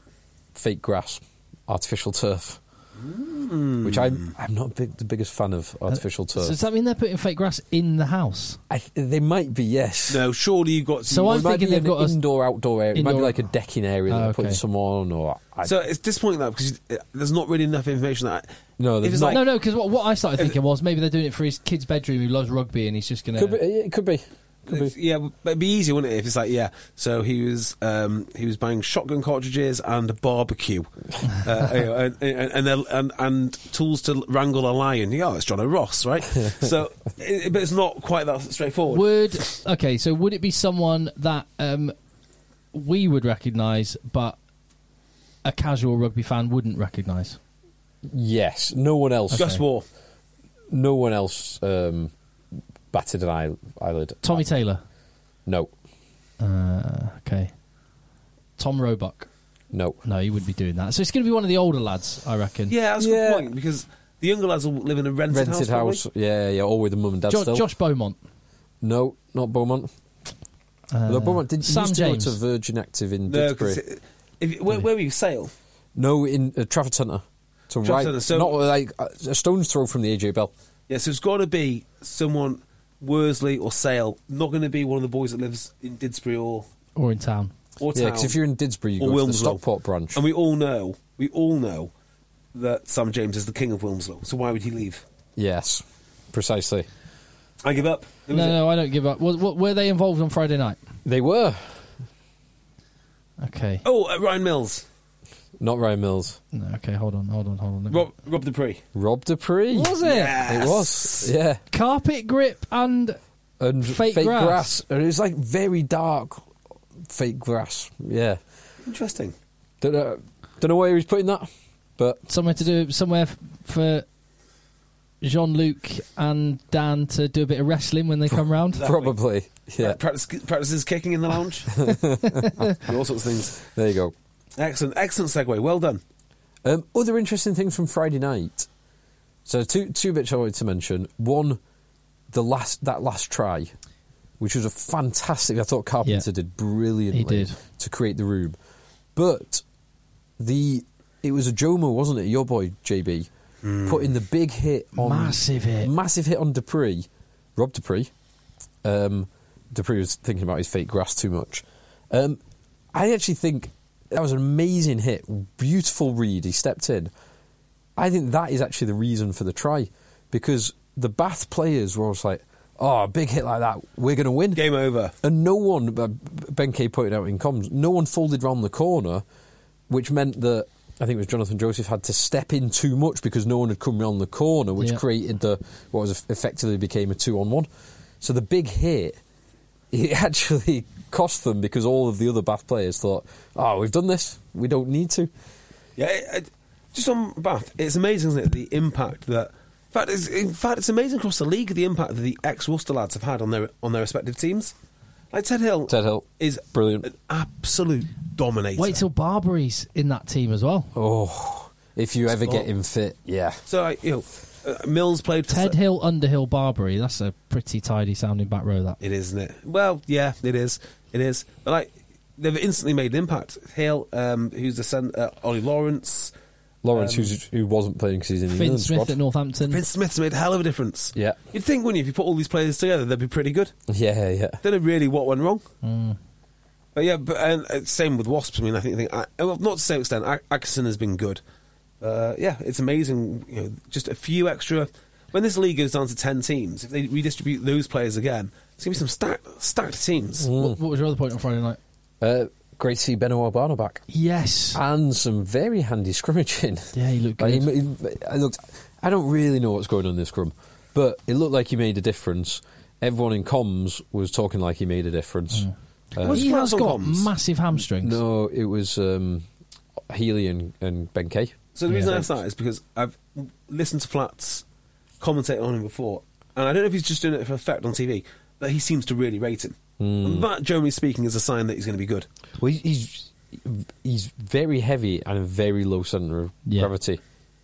[SPEAKER 4] fake grass, artificial turf, which I'm, I'm not big, the biggest fan of
[SPEAKER 2] Hmm.
[SPEAKER 4] artificial
[SPEAKER 2] Uh, So
[SPEAKER 4] turf.
[SPEAKER 2] does that mean they're putting fake grass in the house?
[SPEAKER 4] I th- they might be, yes.
[SPEAKER 3] No, surely you've got.
[SPEAKER 2] So I'm
[SPEAKER 4] It might
[SPEAKER 2] thinking
[SPEAKER 4] be
[SPEAKER 2] they've
[SPEAKER 4] an
[SPEAKER 2] got a s-
[SPEAKER 4] indoor outdoor area. It might
[SPEAKER 2] indoor-
[SPEAKER 4] be like a decking area that
[SPEAKER 2] Ah,
[SPEAKER 4] they're putting
[SPEAKER 2] okay.
[SPEAKER 4] some on, or I,
[SPEAKER 3] So it's disappointing that because uh, there's not really enough information that. I-
[SPEAKER 4] No,
[SPEAKER 3] if
[SPEAKER 4] there's
[SPEAKER 3] it's
[SPEAKER 4] not.
[SPEAKER 3] like
[SPEAKER 2] no, no. Because what, what I started thinking was maybe they're doing it for his kid's bedroom who loves rugby and he's just gonna.
[SPEAKER 4] could be, it could be. Could be.
[SPEAKER 3] yeah, but it'd be easier, wouldn't it? If it's like yeah, so he was um, he was buying shotgun cartridges and a barbecue, uh, you know, and, and, and, and and tools to wrangle a lion. Yeah, oh, it's John O'Ross, right? so, it, but it's not quite that straightforward.
[SPEAKER 2] Would okay? So would it be someone that um, we would recognise, but a casual rugby fan wouldn't recognise?
[SPEAKER 4] Yes, no one else.
[SPEAKER 3] Gus War,
[SPEAKER 4] No one else um, batted an eye, eyelid.
[SPEAKER 2] Tommy Taylor.
[SPEAKER 4] No,
[SPEAKER 2] Uh, okay. Tom Roebuck.
[SPEAKER 4] no.
[SPEAKER 2] No, he wouldn't be doing that. So it's going to be one of the older lads, I reckon.
[SPEAKER 3] yeah, that's a
[SPEAKER 4] Yeah.
[SPEAKER 3] good point because the younger lads will live in a rented,
[SPEAKER 4] Rented house.
[SPEAKER 3] house.
[SPEAKER 4] Yeah, yeah. All with the mum and dad
[SPEAKER 2] Jo-
[SPEAKER 4] still.
[SPEAKER 2] Josh Beaumont.
[SPEAKER 4] No, not Beaumont.
[SPEAKER 2] Uh,
[SPEAKER 4] Although Beaumont did
[SPEAKER 2] Sam
[SPEAKER 4] used to
[SPEAKER 2] James.
[SPEAKER 4] go to Virgin Active in
[SPEAKER 3] probably. No,
[SPEAKER 4] Didsbury.
[SPEAKER 3] 'cause it- if, where, where were you? Sale.
[SPEAKER 4] no, in uh, Trafford Centre. To
[SPEAKER 3] Trafford
[SPEAKER 4] right,
[SPEAKER 3] Centre, so-
[SPEAKER 4] not like uh, a stone's throw from the AJ Bell.
[SPEAKER 3] Yeah, so it's got to be someone Worsley or Sale. Not going to be one of the boys that lives in Didsbury or
[SPEAKER 2] Or in town.
[SPEAKER 3] or
[SPEAKER 4] Yeah,
[SPEAKER 3] town.
[SPEAKER 4] because if you're in Didsbury, you
[SPEAKER 3] or
[SPEAKER 4] go to the
[SPEAKER 3] Wilmslow.
[SPEAKER 4] Stockport branch.
[SPEAKER 3] and we all know, we all know that Sam James is the king of Wilmslow. So why would he leave?
[SPEAKER 4] yes, precisely.
[SPEAKER 3] I give up. Who
[SPEAKER 2] No,
[SPEAKER 3] is it?
[SPEAKER 2] no, I don't give up. What, what, were they involved on Friday night?
[SPEAKER 4] They were.
[SPEAKER 2] Okay.
[SPEAKER 3] Oh, uh, Ryan Oh, Mills.
[SPEAKER 4] Not Ryan Mills.
[SPEAKER 2] No, okay, hold on, hold on, hold on. Let me-
[SPEAKER 3] Rob, Rob Dupree.
[SPEAKER 4] Rob Dupree.
[SPEAKER 2] Was it?
[SPEAKER 4] It was. Yeah.
[SPEAKER 2] Carpet grip and
[SPEAKER 4] And
[SPEAKER 2] Fake
[SPEAKER 4] fake,
[SPEAKER 2] grass.
[SPEAKER 4] grass. And it was like very dark fake grass. Yeah.
[SPEAKER 3] Interesting.
[SPEAKER 4] Don't know, don't know where he was putting that, but
[SPEAKER 2] somewhere to do somewhere f- for Jean Luc and Dan to do a bit of wrestling when they come round.
[SPEAKER 4] probably. Yeah.
[SPEAKER 3] Practice, practices kicking in the lounge. All sorts of things.
[SPEAKER 4] There you go.
[SPEAKER 3] Excellent. Excellent segue. Well done.
[SPEAKER 4] Um, other interesting things from Friday night. So two two bits I wanted to mention. One, the last that last try, which was a fantastic. I thought Carpenter
[SPEAKER 2] Yeah.
[SPEAKER 4] did brilliantly
[SPEAKER 2] He did.
[SPEAKER 4] to create the room, but the it was a Jomo, wasn't it? Your boy JB putting the big hit on
[SPEAKER 2] Massive hit.
[SPEAKER 4] massive hit on Dupree, Rob Dupree. Um, Dupree was thinking about his fake grass too much. Um, I actually think that was an amazing hit. Beautiful read. He stepped in. I think that is actually the reason for the try because the Bath players were always like, oh, a big hit like that, we're going to win.
[SPEAKER 3] Game over.
[SPEAKER 4] And no one, uh, Ben K pointed out in comms, no one folded round the corner, which meant that I think it was Jonathan Joseph had to step in too much because no one had come round the corner, which
[SPEAKER 2] Yeah.
[SPEAKER 4] created the what was effectively became a two on one. So the big hit, it actually cost them because all of the other Bath players thought, "Oh, we've done this. We don't need to."
[SPEAKER 3] Yeah, it, it- just on Bath, it's amazing, isn't it? The impact that. In fact, it's, in fact, it's amazing across the league the impact that the ex Worcester lads have had on their on their respective teams. Like Ted Hill.
[SPEAKER 4] Ted Hill.
[SPEAKER 3] is
[SPEAKER 4] Brilliant.
[SPEAKER 3] an absolute dominator.
[SPEAKER 2] Wait till Barbary's in that team as well.
[SPEAKER 4] Oh, if you ever get him fit, yeah.
[SPEAKER 3] so like, you know, uh, Mills played for
[SPEAKER 2] Ted Hill, Underhill, Barbary. That's a pretty tidy sounding back row. That
[SPEAKER 3] It is, isn't it? Well, yeah, it is. It is. But like they've instantly made an impact. Hill, um, who's the son, uh, Ollie Lawrence,
[SPEAKER 4] Lawrence, who's, who wasn't playing because he's in the
[SPEAKER 2] Finn
[SPEAKER 4] England
[SPEAKER 2] Um, Smith
[SPEAKER 4] squad.
[SPEAKER 2] at Northampton.
[SPEAKER 3] Vince Smith's made a hell of a difference.
[SPEAKER 4] Yeah.
[SPEAKER 3] you'd think, wouldn't you? If you put all these players together, they'd be pretty good.
[SPEAKER 4] Yeah, yeah.
[SPEAKER 3] Don't know really what went wrong. But yeah, but and, uh, same with Wasps. I mean, I think, I think I, well, not to the same extent. Ac- Atkinson has been good. Uh, yeah, it's amazing. You know, just a few extra. When this league goes down to ten teams, if they redistribute those players again, it's gonna be some stacked, stacked teams.
[SPEAKER 2] What, what was your other point on Friday night?
[SPEAKER 4] Uh, great to see Benoit Barno back.
[SPEAKER 2] Yes.
[SPEAKER 3] Ah,
[SPEAKER 4] and some very handy scrimmaging.
[SPEAKER 2] Yeah, he looked
[SPEAKER 4] Like,
[SPEAKER 2] good.
[SPEAKER 4] ma- he- I looked. I don't really know what's going on in this scrum, but it looked like he made a difference. Everyone in comms was talking like he made a difference. Uh,
[SPEAKER 3] Was
[SPEAKER 2] he
[SPEAKER 3] Clark
[SPEAKER 2] has
[SPEAKER 3] on
[SPEAKER 2] got
[SPEAKER 3] comms?
[SPEAKER 2] massive hamstrings.
[SPEAKER 4] no, it was um, Healy and, and Ben K.
[SPEAKER 3] So the reason
[SPEAKER 2] Yeah.
[SPEAKER 3] I asked that is because I've listened to Flats commentate on him before, and I don't know if he's just doing it for effect on TV, but he seems to really rate him. And that, generally speaking, is a sign that he's going to be good.
[SPEAKER 4] Well, he- he's he's very heavy and a very low center of
[SPEAKER 2] Yeah.
[SPEAKER 4] gravity.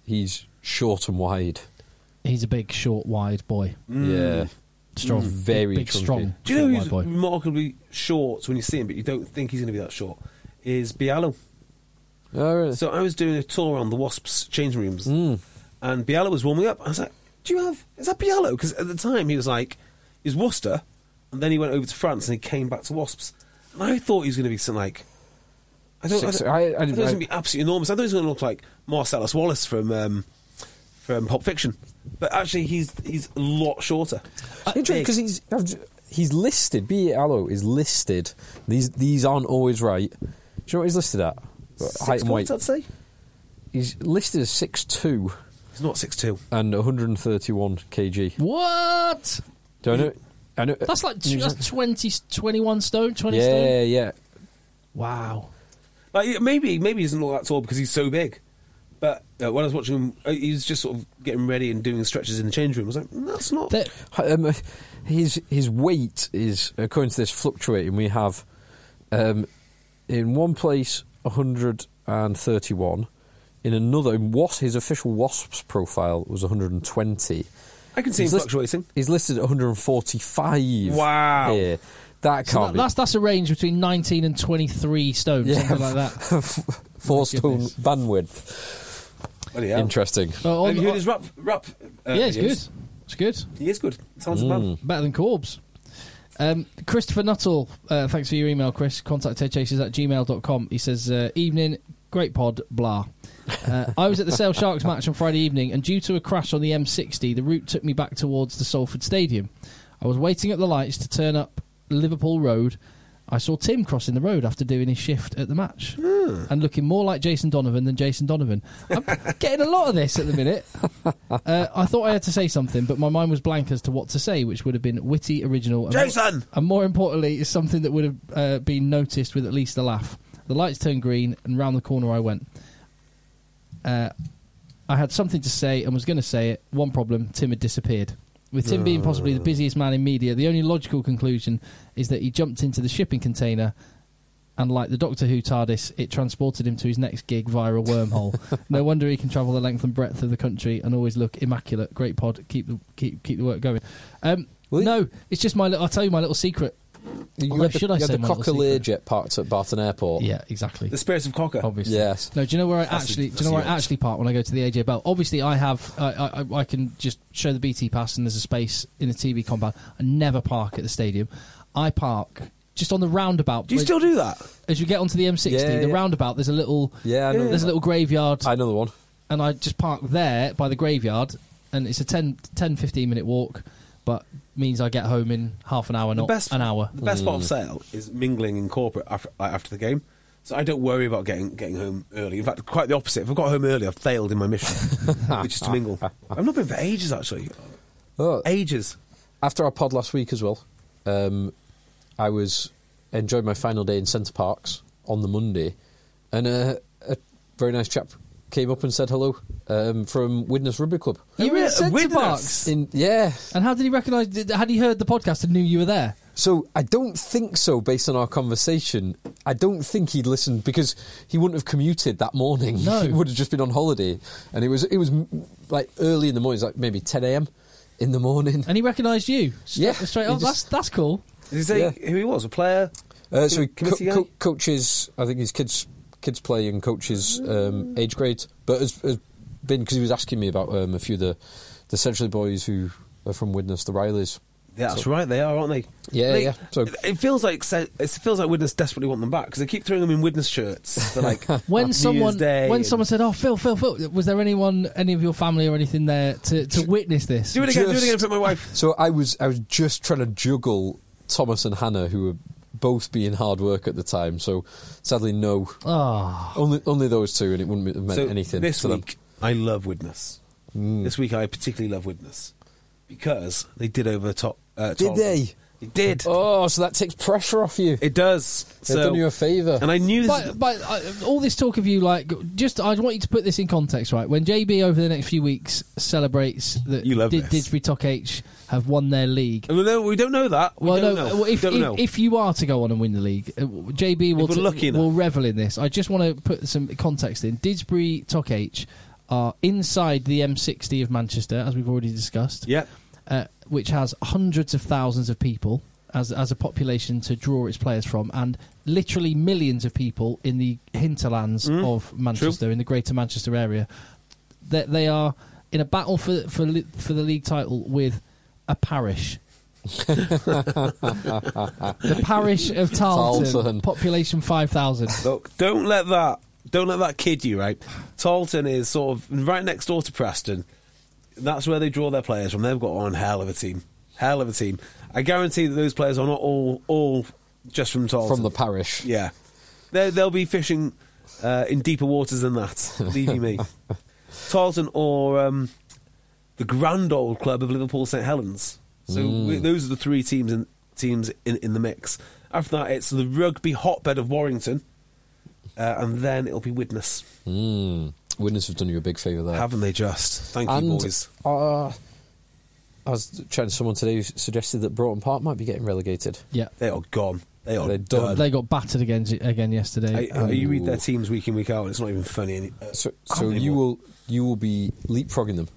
[SPEAKER 4] He's short and wide.
[SPEAKER 2] He's a big, short, wide boy.
[SPEAKER 4] Yeah,
[SPEAKER 2] Strong.
[SPEAKER 4] Very
[SPEAKER 2] big,
[SPEAKER 4] chunky.
[SPEAKER 2] strong.
[SPEAKER 3] Do you know
[SPEAKER 2] short,
[SPEAKER 3] who's
[SPEAKER 2] wide boy.
[SPEAKER 3] remarkably short when you see him, but you don't think he's going to be that short? Is Bialo.
[SPEAKER 4] Oh, really?
[SPEAKER 3] So I was doing a tour around the Wasps' change rooms, and Bialo was warming up. I was like, "Do you have? Is that Bialo?" Because at the time he was like, "Is Worcester," and then he went over to France and he came back to Wasps. And I thought he was going to be some like, I don't,
[SPEAKER 4] Six-
[SPEAKER 3] I, don't,
[SPEAKER 4] I- I
[SPEAKER 3] I thought he was
[SPEAKER 4] didn't-
[SPEAKER 3] going to be absolutely enormous. I thought he was going to look like Marcellus Wallace from um, from Pulp Fiction, but actually he's he's a lot shorter.
[SPEAKER 4] Interesting because he's I've j- he's listed. Be Allo is listed. These these aren't always right. Do you know what he's listed at?
[SPEAKER 3] six foot, I'd say
[SPEAKER 4] He's listed as six two
[SPEAKER 3] he's not six two.
[SPEAKER 4] and 131 kg.
[SPEAKER 2] What?
[SPEAKER 4] Do I know? I know
[SPEAKER 2] That's like t- that's 20, 21 stone, 20 stone.
[SPEAKER 4] yeah, yeah.
[SPEAKER 2] Wow.
[SPEAKER 3] Like maybe maybe he doesn't look that tall because he's so big. But uh, when I was watching him, uh, he was just sort of getting ready and doing stretches in the change room. I was like, "Mm, that's not.
[SPEAKER 2] That-
[SPEAKER 4] Um, his his weight is according to this fluctuating. We have um, in one place 131. In another, in was his official Wasps profile was 120.
[SPEAKER 3] I can see
[SPEAKER 4] He's
[SPEAKER 3] him
[SPEAKER 4] lis-
[SPEAKER 3] fluctuating.
[SPEAKER 4] he's listed at 145.
[SPEAKER 3] Wow.
[SPEAKER 4] here. That can't
[SPEAKER 2] So that-
[SPEAKER 4] be.
[SPEAKER 2] that's that's a range between 19 and 23 stone, something like that.
[SPEAKER 4] Four stone
[SPEAKER 2] goodness.
[SPEAKER 4] bandwidth.
[SPEAKER 3] Bloody hell.
[SPEAKER 4] Interesting.
[SPEAKER 2] Oh, on-
[SPEAKER 3] Have you heard
[SPEAKER 2] on-
[SPEAKER 3] his rap? rap uh,
[SPEAKER 2] yeah, it's
[SPEAKER 3] videos?
[SPEAKER 2] good. Mm. It's good.
[SPEAKER 3] He is good. Talented man.
[SPEAKER 2] Better than Corbs. Um, Christopher Nuttall, uh, thanks for your email, Chris. Contact headchasers at gmail.com. He says, uh, Evening, great pod, blah. Uh, I was at the Sale Sharks match on Friday evening, and due to a crash on the M60, the route took me back towards the Salford Stadium. I was waiting at the lights to turn up Liverpool Road I saw Tim crossing the road after doing his shift at the match and looking more like Jason Donovan than Jason Donovan. I'm getting a lot of this at the minute. Uh, I thought I had to say something, but my mind was blank as to what to say, which would have been witty, original, and-
[SPEAKER 3] Jason!
[SPEAKER 2] and more importantly, is something that would have uh, been noticed with at least a laugh. The lights turned green, and round the corner I went. Uh, I had something to say and was going to say it. One problem: Tim had disappeared. With Tim being possibly
[SPEAKER 4] Uh.
[SPEAKER 2] the busiest man in media, the only logical conclusion is that he jumped into the shipping container. And like the Doctor Who TARDIS, it transported him to his next gig via a wormhole. no wonder he can travel the length and breadth of the country and always look immaculate. Great pod, keep the keep keep the work going. Um,
[SPEAKER 4] Well,
[SPEAKER 2] no, it's just my. Little, I'll tell you my little secret.
[SPEAKER 4] You
[SPEAKER 2] Although,
[SPEAKER 4] had the,
[SPEAKER 2] should I
[SPEAKER 4] you had
[SPEAKER 2] say
[SPEAKER 4] the
[SPEAKER 2] my little
[SPEAKER 4] Cocker Lear
[SPEAKER 2] secret?
[SPEAKER 4] jet parked at Barton Airport.
[SPEAKER 2] Yeah, exactly.
[SPEAKER 3] The spirits of Cocker.
[SPEAKER 2] Obviously,
[SPEAKER 4] Yes.
[SPEAKER 2] No, do you know where I
[SPEAKER 3] That's the-
[SPEAKER 2] actually? do
[SPEAKER 3] that's
[SPEAKER 2] you know where
[SPEAKER 3] the
[SPEAKER 2] I
[SPEAKER 3] odds.
[SPEAKER 2] actually park when I go to the AJ Bell? Obviously, I have. I, I, I can just show the BT pass, and there's a space in the TV compound. I never park at the stadium. I park just on the roundabout.
[SPEAKER 3] Do you
[SPEAKER 2] Like,
[SPEAKER 3] still do that?
[SPEAKER 2] as you get onto the M60,
[SPEAKER 4] Yeah,
[SPEAKER 2] the
[SPEAKER 4] yeah.
[SPEAKER 2] roundabout. There's a little.
[SPEAKER 4] Yeah, I know
[SPEAKER 2] There's a
[SPEAKER 4] that.
[SPEAKER 2] little graveyard,
[SPEAKER 4] I know the one.
[SPEAKER 2] and I just park there by the graveyard, and it's a 10, 10 15 minute walk, but means I get home in half an hour, not an hour. Mm.
[SPEAKER 3] The best part of sale is mingling in corporate after, like, after the game. So I don't worry about getting getting home early. In fact, quite the opposite. If I got home early, I've failed in my mission, which is to mingle. I've not been for ages, actually.
[SPEAKER 4] Oh,
[SPEAKER 3] Ages.
[SPEAKER 4] after our pod last week as well, um, I was enjoyed my final day in Centre Parks on the Monday, and a, a very nice chap came up and said hello um, from Widnes Rugby Club.
[SPEAKER 2] You were
[SPEAKER 3] Yeah,
[SPEAKER 2] in Centre
[SPEAKER 3] witness.
[SPEAKER 2] Parks.
[SPEAKER 4] In yeah,
[SPEAKER 2] And how did he recognise? did- Had he heard the podcast and knew you were there?
[SPEAKER 4] so I don't think so. Based on our conversation, I don't think he'd listened because he wouldn't have commuted that morning.
[SPEAKER 2] No.
[SPEAKER 4] he would have just been on holiday, and it was it was mm, like early in the morning, it's like maybe ten a.m. in the morning.
[SPEAKER 2] And he recognised you. St-
[SPEAKER 4] Yeah,
[SPEAKER 2] straight
[SPEAKER 4] he
[SPEAKER 2] off. That's
[SPEAKER 4] just-
[SPEAKER 2] that's cool.
[SPEAKER 3] Did he say
[SPEAKER 4] Yeah.
[SPEAKER 3] who he was? A player?
[SPEAKER 4] Uh, so he co-
[SPEAKER 3] Committee guy?
[SPEAKER 4] co- coaches. I think his kids kids play and coaches um,
[SPEAKER 2] Mm.
[SPEAKER 4] age grade, but has, has been because he was asking me about um, a few of the the Century boys who are from Widnes, the Rileys.
[SPEAKER 3] Yeah, that's right. They are, aren't they?
[SPEAKER 4] Yeah,
[SPEAKER 3] They-
[SPEAKER 4] yeah. So-
[SPEAKER 3] it- it feels like se- it feels like Witness desperately want them back because they keep throwing them in Witness shirts. They're like
[SPEAKER 2] When
[SPEAKER 3] New
[SPEAKER 2] someone
[SPEAKER 3] Year's Day
[SPEAKER 2] when
[SPEAKER 3] and-
[SPEAKER 2] someone said, "Oh, Phil, Phil, Phil," was there anyone, any of your family or anything there to, to witness this?
[SPEAKER 3] do it again, do
[SPEAKER 4] Just-
[SPEAKER 3] it again for my wife.
[SPEAKER 4] So I was I was just trying to juggle Thomas and Hannah, who were both being hard work at the time. So sadly, no,
[SPEAKER 2] Oh,
[SPEAKER 4] only only those two, and it wouldn't have meant
[SPEAKER 3] Ah. so
[SPEAKER 4] anything
[SPEAKER 3] this
[SPEAKER 4] to them. Mm.
[SPEAKER 3] week, I love Witness. This week, I particularly love Witness because they did over top. Uh,
[SPEAKER 4] Did they?
[SPEAKER 3] They did.
[SPEAKER 4] Oh, so that takes pressure off you.
[SPEAKER 3] It does.
[SPEAKER 4] They've
[SPEAKER 3] so,
[SPEAKER 4] done you a favour.
[SPEAKER 3] And I knew this.
[SPEAKER 2] but but uh, all this talk of you, like, just I want you to put this in context, right? When JB over the next few weeks celebrates that
[SPEAKER 3] You love
[SPEAKER 2] Did,
[SPEAKER 3] this.
[SPEAKER 2] Didsbury Tock H have won their league.
[SPEAKER 3] and we know- we don't know that. We
[SPEAKER 2] well,
[SPEAKER 3] don't
[SPEAKER 2] no.
[SPEAKER 3] know.
[SPEAKER 2] well, If,
[SPEAKER 3] don't
[SPEAKER 2] if,
[SPEAKER 3] know.
[SPEAKER 2] if you are to go on and win the league, uh, JB will
[SPEAKER 3] we're
[SPEAKER 2] t-
[SPEAKER 3] lucky enough.
[SPEAKER 2] will revel in this. I just want to put some context in. Didsbury Tock H are inside the M60 of Manchester, as we've already discussed.
[SPEAKER 3] yeah,
[SPEAKER 2] uh, which has hundreds of thousands of people as as a population to draw its players from, and literally millions of people in the hinterlands of Manchester, in the Greater Manchester area. That they are in a battle for for li- for the league title with a parish. the parish of Tarleton,
[SPEAKER 4] Tarleton.
[SPEAKER 2] population five thousand.
[SPEAKER 3] look, don't let that don't let that kid you. Right, Tarleton is sort of right next door to Preston. That's where they draw their players from. They've got one hell of a team, hell of a team. I guarantee that those players are not all all just from Tarleton.
[SPEAKER 4] from the parish.
[SPEAKER 3] yeah, they they'll be fishing uh, in deeper waters than that. Believe you me, Tarleton or um, the Grand Old Club of Liverpool St Helens. So we, those are the three teams in teams in, in the mix. After that, it's the rugby hotbed of Warrington, uh, and then it'll be Widnes.
[SPEAKER 4] Mm. Witness have done you a big favour there.
[SPEAKER 3] Haven't they just? Thank you,
[SPEAKER 4] And
[SPEAKER 3] boys.
[SPEAKER 4] uh, I was chatting to someone today who suggested that Broughton Park might be getting relegated.
[SPEAKER 2] Yeah,
[SPEAKER 3] They are gone. They are
[SPEAKER 4] They're
[SPEAKER 3] done.
[SPEAKER 4] done.
[SPEAKER 2] they got battered again again yesterday. Um,
[SPEAKER 3] I- I- you read their teams week in week out, and it's not even funny. Any, uh,
[SPEAKER 4] So, so
[SPEAKER 3] unbelievable.
[SPEAKER 4] you will you will be leapfrogging them.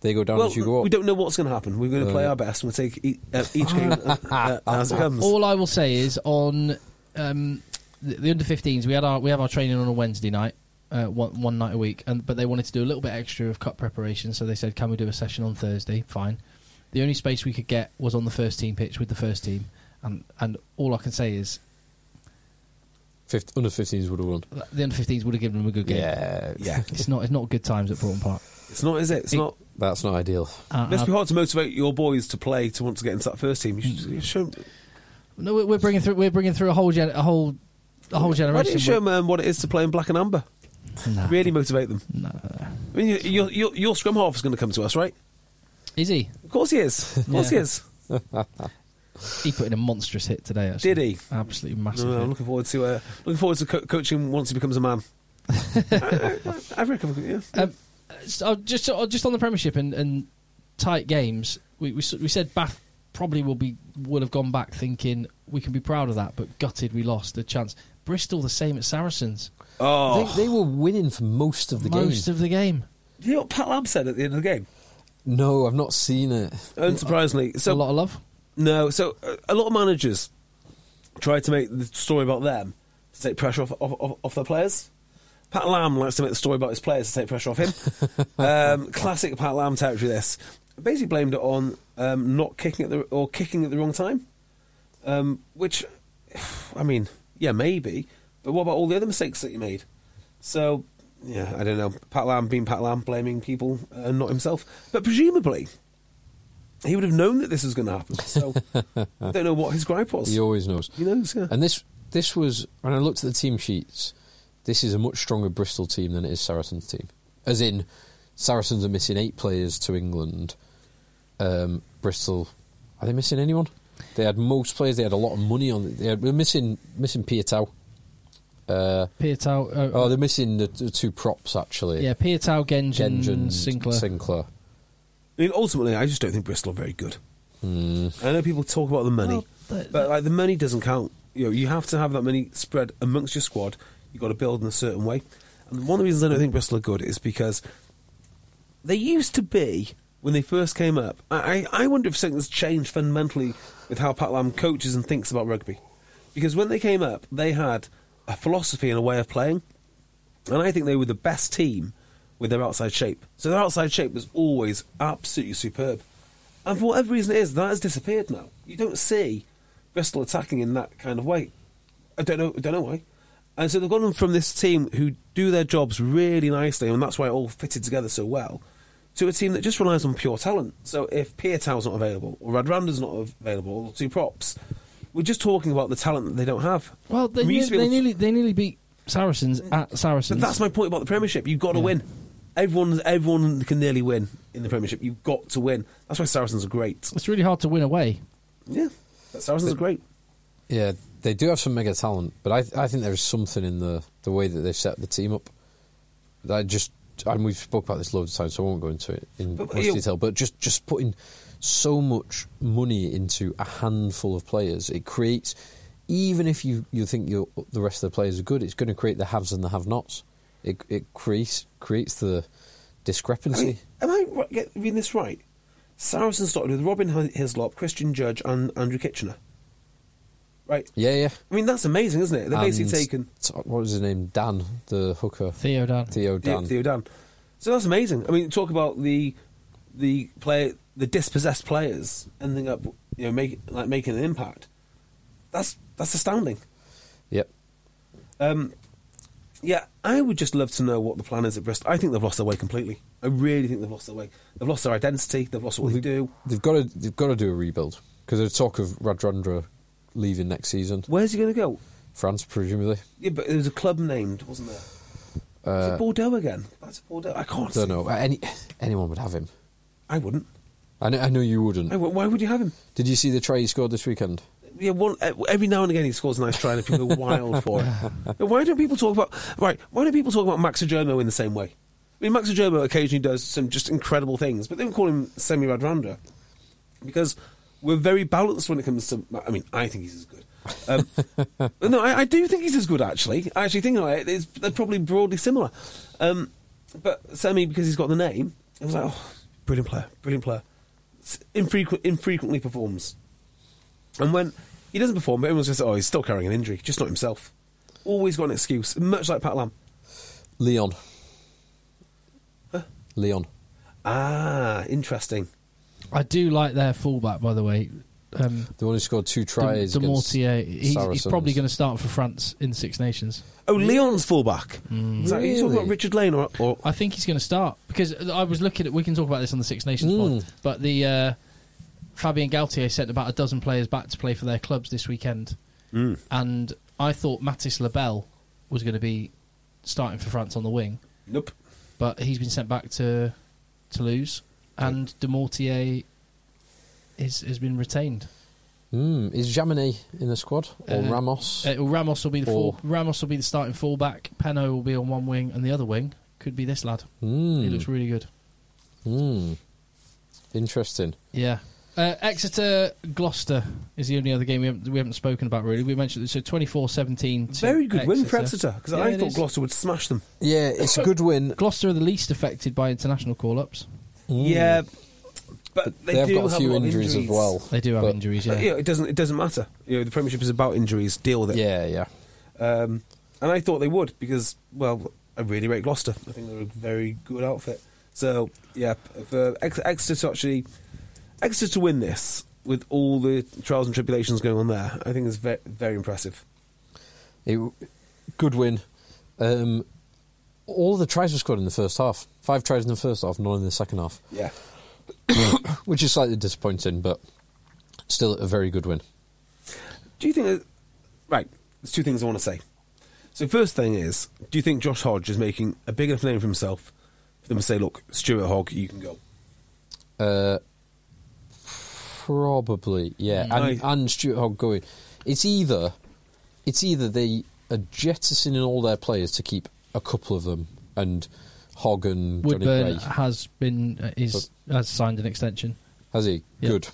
[SPEAKER 4] They go down
[SPEAKER 3] Well,
[SPEAKER 4] as you go up.
[SPEAKER 3] we don't know what's going to happen. We're going to play our best, and we'll take e- uh, each game uh, uh, as it comes.
[SPEAKER 2] All I will say is on um, the, the under 15s, we had our we have our training on a Wednesday night, uh, one, one night a week, and but they wanted to do a little bit extra of cup preparation, so they said, "Can we do a session on Thursday?" Fine. The only space we could get was on the first team pitch with the first team, and and all I can say is
[SPEAKER 4] Fif- under 15s would have won.
[SPEAKER 2] that uh, the under 15s would have given them a good game.
[SPEAKER 4] Yeah,
[SPEAKER 3] yeah,
[SPEAKER 2] It's not it's not good times at Broughton Park.
[SPEAKER 3] it's not, is it? It's not.
[SPEAKER 4] that's not ideal.
[SPEAKER 2] Uh,
[SPEAKER 3] It must
[SPEAKER 2] I've-
[SPEAKER 3] be hard to motivate your boys to play to want to get into that first team. You should, you should,
[SPEAKER 2] No, we- we're bringing through. We're bringing through a whole gen, a whole, a whole
[SPEAKER 3] Why don't
[SPEAKER 2] generation.
[SPEAKER 3] you show them um, what it is to play in black and amber? Really motivate them. I mean, your- your, your, your scrum half is going to come to us, right?
[SPEAKER 2] Is he?
[SPEAKER 3] Of course he is. Of course
[SPEAKER 2] Yeah.
[SPEAKER 3] he is.
[SPEAKER 2] He put in a monstrous hit today. Actually.
[SPEAKER 3] Did he?
[SPEAKER 2] Absolutely massive.
[SPEAKER 3] No, no, I'm
[SPEAKER 2] hit.
[SPEAKER 3] looking forward to uh, looking forward to co- coaching once he becomes a man. I, I, I reckon. Yeah.
[SPEAKER 2] Um, so just uh, just on the Premiership and, and tight games, we, we s- we said Bath probably will be will have gone back thinking we can be proud of that, but gutted we lost the chance. Bristol the same at Saracens.
[SPEAKER 3] Oh,
[SPEAKER 4] They, they were winning for most of the
[SPEAKER 2] Most
[SPEAKER 4] game.
[SPEAKER 2] of the game.
[SPEAKER 3] you know what Pat Lamb said at the end of the game?
[SPEAKER 4] no, I've not seen it.
[SPEAKER 3] Unsurprisingly,
[SPEAKER 2] a
[SPEAKER 3] so
[SPEAKER 2] lot of love.
[SPEAKER 3] no, so uh, a lot of managers try to make the story about them to take pressure off off, off, off their players. Pat Lamb likes to make the story about his players to take pressure off him. um, classic Pat Lamb territory. This basically blamed it on um, not kicking at the or kicking at the wrong time, um, which I mean, yeah, maybe, but what about all the other mistakes that he made? So yeah, I don't know. Pat Lamb being Pat Lamb, blaming people uh, and not himself, but presumably he would have known that this was going to happen. So I don't know what his gripe was.
[SPEAKER 4] He always knows.
[SPEAKER 3] He knows, yeah.
[SPEAKER 4] And this this was when I looked at the team sheets. This is a much stronger Bristol team than it is Saracens team. As in, Saracens are missing eight players to England. Um, Bristol, are they missing anyone? They had most players. They had a lot of money on. They had, we're missing missing Pietau. Uh,
[SPEAKER 2] Pietau, uh,
[SPEAKER 4] oh, they're missing the, the two props actually.
[SPEAKER 2] yeah, Pietau, Gengen,
[SPEAKER 4] Gengen and
[SPEAKER 2] Sinclair.
[SPEAKER 4] Sinclair.
[SPEAKER 3] I mean, ultimately, I just don't think Bristol are very good. I know people talk about the money,
[SPEAKER 2] Well, the-
[SPEAKER 3] but like the money doesn't count. You know, you have to have that money spread amongst your squad. You've got to build in a certain way. And one of the reasons I don't think Bristol are good is because they used to be when they first came up. I, I I wonder if something's changed fundamentally with how Pat Lam coaches and thinks about rugby. Because when they came up, they had a philosophy and a way of playing, and I think they were the best team with their outside shape. So their outside shape was always absolutely superb. And for whatever reason it is, that has disappeared now. You don't see Bristol attacking in that kind of way. I don't know. I don't know why. And so they've gone from this team who do their jobs really nicely, and that's why it all fitted together so well, to a team that just relies on pure talent. So if Pietau's not available, or Radrander's not available, or two props, we're just talking about the talent that they don't have.
[SPEAKER 2] Well, they,
[SPEAKER 3] We
[SPEAKER 2] ne-
[SPEAKER 3] used to be
[SPEAKER 2] they
[SPEAKER 3] able to-
[SPEAKER 2] nearly they nearly beat Saracens at Saracens.
[SPEAKER 3] but that's my point about the Premiership. You've got to win. Everyone, everyone can nearly win in the Premiership. You've got to win. That's why Saracens are great.
[SPEAKER 2] it's really hard to win away.
[SPEAKER 3] Yeah, Saracens are great.
[SPEAKER 4] Yeah, they do have some mega talent, but I I think there is something in the the way that they've set the team up. That I just and we've spoke about this loads of times, so I won't go into it in
[SPEAKER 3] But-
[SPEAKER 4] much
[SPEAKER 3] you-
[SPEAKER 4] detail. But just just putting so much money into a handful of players, it creates. Even if you, you think you the rest of the players are good, it's going to create the haves and the have-nots. It it creates creates the
[SPEAKER 3] I mean,
[SPEAKER 4] discrepancy.
[SPEAKER 3] am I right, get, reading this right? Saracens started with Robin Hi- Hislop, Christian Judge, and Andrew Kitchener. Right.
[SPEAKER 4] yeah, yeah.
[SPEAKER 3] I mean, that's amazing, isn't it? They're
[SPEAKER 4] And
[SPEAKER 3] basically taken
[SPEAKER 4] t- what was his name? Dan, the hooker.
[SPEAKER 2] Theo Dan.
[SPEAKER 4] Theo
[SPEAKER 3] Theo
[SPEAKER 4] Dan.
[SPEAKER 3] Theo Dan. So that's amazing. I mean, talk about the the play the dispossessed players ending up, you know, make, like making an impact. That's that's astounding.
[SPEAKER 4] Yep.
[SPEAKER 3] Um, yeah, I would just love to know what the plan is at Bristol. I think they've lost their way completely. I really think they've lost their way. They've lost their identity. They've lost what they do.
[SPEAKER 4] They've got to they've got to do a rebuild because there's talk of Radrandra leaving next season.
[SPEAKER 3] Where's he going to go?
[SPEAKER 4] France presumably.
[SPEAKER 3] Yeah, but there was a club named, wasn't there? was it Bordeaux again? That's Bordeaux. I can't.
[SPEAKER 4] Uh,
[SPEAKER 3] see-
[SPEAKER 4] Don't know. Uh, Any anyone would have him.
[SPEAKER 3] I wouldn't.
[SPEAKER 4] I know, I know you wouldn't.
[SPEAKER 3] I w- why would you have him?
[SPEAKER 4] Did you see the try he scored this weekend?
[SPEAKER 3] Yeah, one eh, every now and again he scores a nice try, and people are wild for it. But why don't people talk about right? Why don't people talk about Max Ajomo in the same way? I mean, Max Ajomo occasionally does some just incredible things, but they don't call him Semi Radranda because we're very balanced when it comes to. I mean, I think he's as good. Um, no, I, I do think he's as good. Actually, I actually think about it, it's, they're probably broadly similar. Um, but Semi, because he's got the name, I was like, oh, brilliant player, brilliant player. S- Infrequ- infrequently performs. And when he doesn't perform, everyone's just oh, he's still carrying an injury, just not himself. Always got an excuse, much like Pat Lam.
[SPEAKER 4] Leon. Leon.
[SPEAKER 3] Ah, interesting.
[SPEAKER 2] I do like their fullback, by the way. Um,
[SPEAKER 4] The one who scored two
[SPEAKER 2] De,
[SPEAKER 4] tries.
[SPEAKER 2] De Mortier. He's, he's probably going
[SPEAKER 4] to.
[SPEAKER 2] to start for France in Six Nations.
[SPEAKER 3] Oh, Leon's fullback. Is that, are you talking about
[SPEAKER 4] Mm. Really?
[SPEAKER 3] Richard Lane or, or
[SPEAKER 2] I think he's going to start because I was looking at. We can talk about this on the Six Nations
[SPEAKER 4] Mm.
[SPEAKER 2] pod, but the uh, Fabian Galtier sent about a dozen players back to play for their clubs this weekend,
[SPEAKER 4] Mm.
[SPEAKER 2] and I thought Mattis Labelle was going to be starting for France on the wing,
[SPEAKER 3] Nope.
[SPEAKER 2] but he's been sent back to Toulouse, and Demortier is has been retained.
[SPEAKER 4] Mm, is Jaminet in the squad or
[SPEAKER 2] Uh,
[SPEAKER 4] Ramos?
[SPEAKER 2] Uh, Ramos will be the full,
[SPEAKER 4] Or-
[SPEAKER 2] Ramos will be the starting fullback. Peno will be on one wing, and the other wing could be this lad. He
[SPEAKER 4] Mm,
[SPEAKER 2] looks really good.
[SPEAKER 4] mm. Interesting.
[SPEAKER 2] Yeah. Uh, Exeter Gloucester is the only other game we haven't, we haven't spoken about really. We mentioned so 24-17 to
[SPEAKER 3] Very good win for
[SPEAKER 2] Exeter.
[SPEAKER 3] Exeter because
[SPEAKER 2] Yeah,
[SPEAKER 3] I
[SPEAKER 2] it
[SPEAKER 3] thought
[SPEAKER 2] is.
[SPEAKER 3] Gloucester would smash them.
[SPEAKER 4] Yeah, it's a good win.
[SPEAKER 2] Gloucester are the least affected by international call-ups.
[SPEAKER 4] Mm.
[SPEAKER 3] Yeah, but they
[SPEAKER 4] They have
[SPEAKER 3] do
[SPEAKER 4] got a
[SPEAKER 3] have
[SPEAKER 4] few
[SPEAKER 3] lot of
[SPEAKER 4] injuries, as well.
[SPEAKER 2] They do have
[SPEAKER 4] But- uh,
[SPEAKER 2] injuries, yeah.
[SPEAKER 3] But, you know, it doesn't. It doesn't matter. You know, the Premiership is about injuries. Deal with it.
[SPEAKER 4] Yeah, yeah.
[SPEAKER 3] Um, and I thought they would because, well, I really rate Gloucester. I think they're a very good outfit. So yeah, for Ex- Exeter to actually, Exeter to win this with all the trials and tribulations going on there, I think is very, very impressive.
[SPEAKER 4] It, good win. Um, all the tries were scored in the first half. Five tries in the first half, none in the second half,
[SPEAKER 3] Yeah,
[SPEAKER 4] which is slightly disappointing, but still a very good win.
[SPEAKER 3] Do you think that, right? There's two things I want to say. So first thing is, do you think Josh Hodge is making a big enough name for himself for them to say, look, Stuart Hogg, you can go.
[SPEAKER 4] Uh, probably, yeah. And,
[SPEAKER 3] I-
[SPEAKER 4] and Stuart Hogg going. It's either, it's either they are jettisoning all their players to keep a couple of them, and Hogg and Johnny
[SPEAKER 2] Woodburn
[SPEAKER 4] Gray.
[SPEAKER 2] has been uh, is has signed an extension.
[SPEAKER 4] Has he?
[SPEAKER 2] Yeah.
[SPEAKER 4] Good.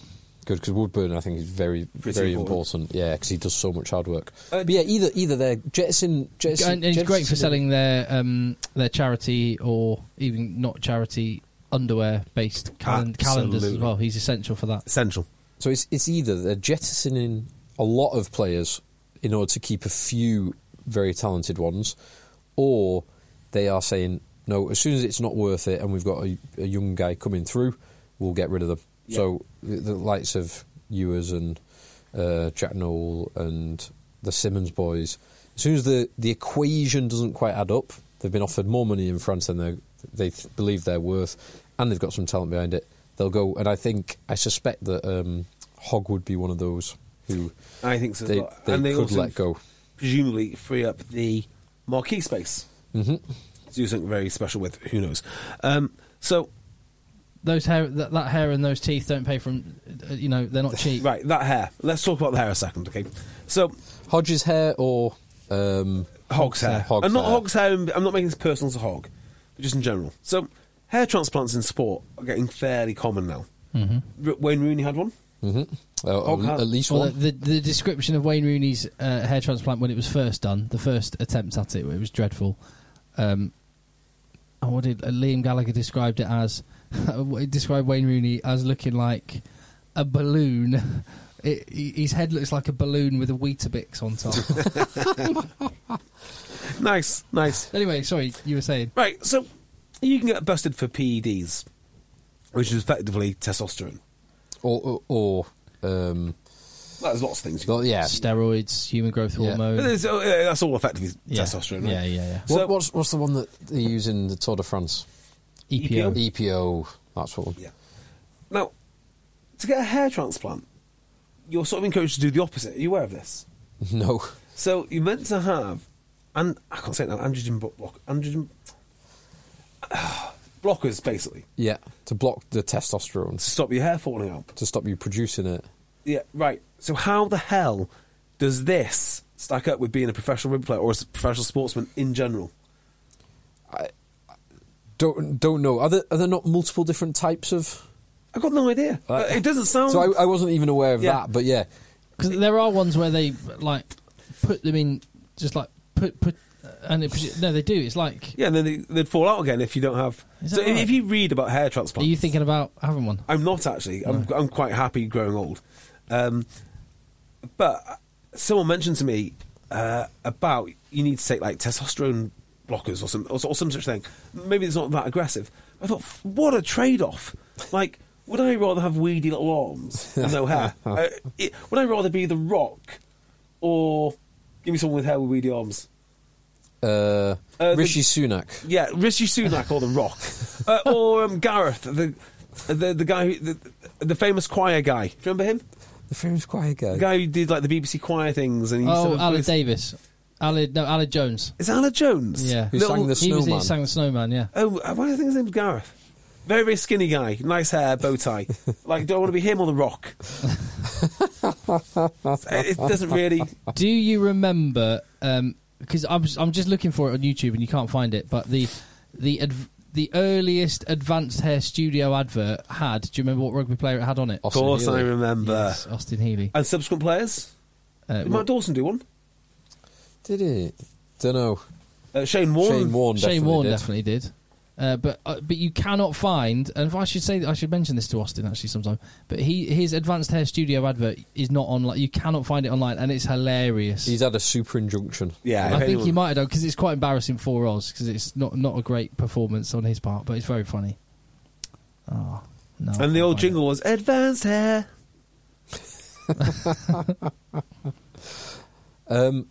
[SPEAKER 4] Good, because Woodburn, I think, is very,
[SPEAKER 3] Pretty
[SPEAKER 4] very
[SPEAKER 3] important.
[SPEAKER 4] important. Yeah, because he does so much hard work.
[SPEAKER 3] Uh,
[SPEAKER 4] but yeah, either either they're jettisoning... jettisoning
[SPEAKER 2] And, and it's great for selling
[SPEAKER 4] jettisoning-
[SPEAKER 2] their um, their charity or even not charity underwear based calen- calendars as
[SPEAKER 3] Absolutely.
[SPEAKER 2] well. He's essential for that.
[SPEAKER 3] Essential.
[SPEAKER 4] So it's, it's either they're jettisoning a lot of players in order to keep a few very talented ones, or they are saying, no, as soon as it's not worth it and we've got a, a young guy coming through, we'll get rid of them.
[SPEAKER 3] Yeah.
[SPEAKER 4] So the, the likes of Ewers and uh, Jack Noel and the Simmons boys, as soon as the, the equation doesn't quite add up, they've been offered more money in France than they they th- believe they're worth, and they've got some talent behind it. They'll go, and I think I suspect that um, Hogg would be one of those who
[SPEAKER 3] I think so. as
[SPEAKER 4] They-
[SPEAKER 3] well.
[SPEAKER 4] they could let go.
[SPEAKER 3] Presumably free up the marquee space. Mm-hmm. Do something very special with. Who knows? Um, so
[SPEAKER 2] Those hair that, that hair and those teeth don't pay from uh, you know, they're not cheap.
[SPEAKER 3] right, that hair. Let's talk about the hair a second, okay? So
[SPEAKER 4] Hodge's hair or um,
[SPEAKER 3] Hog's hair.
[SPEAKER 4] Hogg's
[SPEAKER 3] and not
[SPEAKER 4] hair.
[SPEAKER 3] Hog's hair, I'm not making this personal to Hog, but just in general. So, hair transplants in sport are getting fairly common now. Mm-hmm. Wayne Rooney had one.
[SPEAKER 4] Uh,
[SPEAKER 3] Hogg
[SPEAKER 4] at
[SPEAKER 3] has-
[SPEAKER 4] least
[SPEAKER 2] Well,
[SPEAKER 4] one.
[SPEAKER 2] the, the description of Wayne Rooney's uh, hair transplant when it was first done, the first attempt at it, it was dreadful. Um, and what did uh, Liam Gallagher described it as? he described Wayne Rooney as looking like a balloon. It, he- his head looks like a balloon with a Weetabix on top.
[SPEAKER 3] Nice, nice.
[SPEAKER 2] anyway, sorry, you were saying.
[SPEAKER 3] Right, so you can get busted for PEDs, which is effectively testosterone.
[SPEAKER 4] or or, or um,
[SPEAKER 3] Well, there's lots of things. You
[SPEAKER 4] well,
[SPEAKER 3] can-
[SPEAKER 4] yeah.
[SPEAKER 2] Steroids, human growth
[SPEAKER 4] Yeah.
[SPEAKER 2] hormone.
[SPEAKER 3] But there's- oh, yeah, that's all effectively
[SPEAKER 2] Yeah.
[SPEAKER 3] testosterone. Right?
[SPEAKER 2] Yeah, yeah,
[SPEAKER 4] What-
[SPEAKER 3] So-
[SPEAKER 4] what's what's the one that they use in the Tour de France?
[SPEAKER 2] yeah.
[SPEAKER 3] E
[SPEAKER 2] EPO.
[SPEAKER 4] EPO. That's what one.
[SPEAKER 3] Yeah. Now, to get a hair transplant, you're sort of encouraged to do the opposite. Are you aware of this?
[SPEAKER 4] No.
[SPEAKER 3] So you're meant to have, and I can't say it now, androgen blo- block, androgen blockers basically
[SPEAKER 4] Yeah. To block the testosterone.
[SPEAKER 3] to stop your hair falling out.
[SPEAKER 4] to stop you producing it.
[SPEAKER 3] Yeah, right. So how the hell does this stack up with being a professional rugby player or a s- professional sportsman in general?
[SPEAKER 4] Don't don't know. Are there are there not multiple different types of?
[SPEAKER 3] I've got no idea. Uh, it doesn't sound.
[SPEAKER 4] So I, I wasn't even aware of
[SPEAKER 3] Yeah.
[SPEAKER 4] that. But yeah,
[SPEAKER 2] Because there are ones where they like put them in, just like put put, uh, and it, no, they do. It's like
[SPEAKER 3] yeah, and then they, they'd fall out again if you don't have.
[SPEAKER 2] Is that
[SPEAKER 3] So if-
[SPEAKER 2] right?
[SPEAKER 3] if you read about hair
[SPEAKER 2] Are
[SPEAKER 3] transplants,
[SPEAKER 2] you thinking about having one?
[SPEAKER 3] I'm not actually. I'm, I'm quite happy growing old. Um, but someone mentioned to me uh, about you need to take like testosterone blockers or some or, or some such thing. Maybe it's not that aggressive. I thought, "F- what a trade off! Like, would I rather have weedy little arms and no hair? uh, it, would I rather be the Rock or give me someone with hair with weedy arms?
[SPEAKER 4] uh,
[SPEAKER 3] the-
[SPEAKER 4] Rishi Sunak.
[SPEAKER 3] Yeah, Rishi Sunak or the Rock, uh, or um, Gareth the the the guy, who, the, the famous choir guy. Do you remember him?
[SPEAKER 4] The famous choir guy.
[SPEAKER 3] The guy who did like the BBC choir things, and he used to
[SPEAKER 2] Oh,
[SPEAKER 3] have a
[SPEAKER 2] Alan
[SPEAKER 3] voice-
[SPEAKER 2] Davis. Alan, no, Alan Jones.
[SPEAKER 3] Is Alan Jones?
[SPEAKER 2] Yeah.
[SPEAKER 4] Who sang the
[SPEAKER 2] He was he
[SPEAKER 4] snowman. Uh-huh.
[SPEAKER 2] sang the snowman, yeah.
[SPEAKER 3] Oh, uh, why do I think his name was Gareth? Very, very skinny guy, nice hair, bow tie. like, do I want to be him or The Rock? it doesn't really.
[SPEAKER 2] Do you remember? Because I'm I'm just looking for it on YouTube and you can't find it. But the the adv- the earliest Advanced Hair Studio advert had. Do you remember what rugby player it had on it?
[SPEAKER 3] Of course, I
[SPEAKER 4] Healy.
[SPEAKER 3] remember.
[SPEAKER 2] Yes, Austin Healy.
[SPEAKER 3] And subsequent players?
[SPEAKER 2] Uh,
[SPEAKER 3] Did Matt Dawson do one?
[SPEAKER 4] Did he? Don't know.
[SPEAKER 3] Uh, Shane Warne.
[SPEAKER 4] Shane Warne.
[SPEAKER 2] Shane
[SPEAKER 4] definitely
[SPEAKER 2] Warren
[SPEAKER 4] did.
[SPEAKER 2] definitely did. Uh, but uh, but you cannot find, and if I should say I should mention this to Austin actually sometime. But he his advanced hair studio advert is not online. You cannot find it online, and it's hilarious.
[SPEAKER 4] He's had a super injunction.
[SPEAKER 3] Yeah,
[SPEAKER 2] I
[SPEAKER 3] if
[SPEAKER 2] think
[SPEAKER 3] anyone-
[SPEAKER 2] he might have done because it's quite embarrassing for us because it's not not a great performance on his part, but it's very funny. Oh no! I
[SPEAKER 3] And the
[SPEAKER 2] can't
[SPEAKER 3] old
[SPEAKER 2] find
[SPEAKER 3] jingle was advanced hair.
[SPEAKER 4] Um,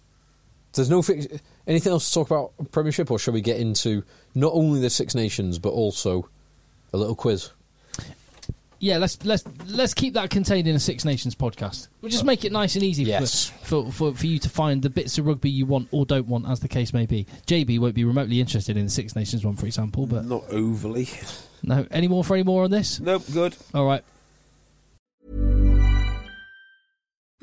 [SPEAKER 4] there's no fix- anything else to talk about Premiership, or shall we get into not only the Six Nations but also a little quiz?
[SPEAKER 2] it. Yeah, let's let's let's keep that contained in a Six Nations podcast. We'll
[SPEAKER 3] Uh,
[SPEAKER 2] just make it nice and easy
[SPEAKER 4] Yes.
[SPEAKER 2] for, for for for you to find the bits of rugby you want or don't want, as the case may be. JB won't be remotely interested in the Six Nations one, for example, but
[SPEAKER 3] Not overly.
[SPEAKER 2] no. Any more for any more on this?
[SPEAKER 3] Nope, good.
[SPEAKER 2] All right.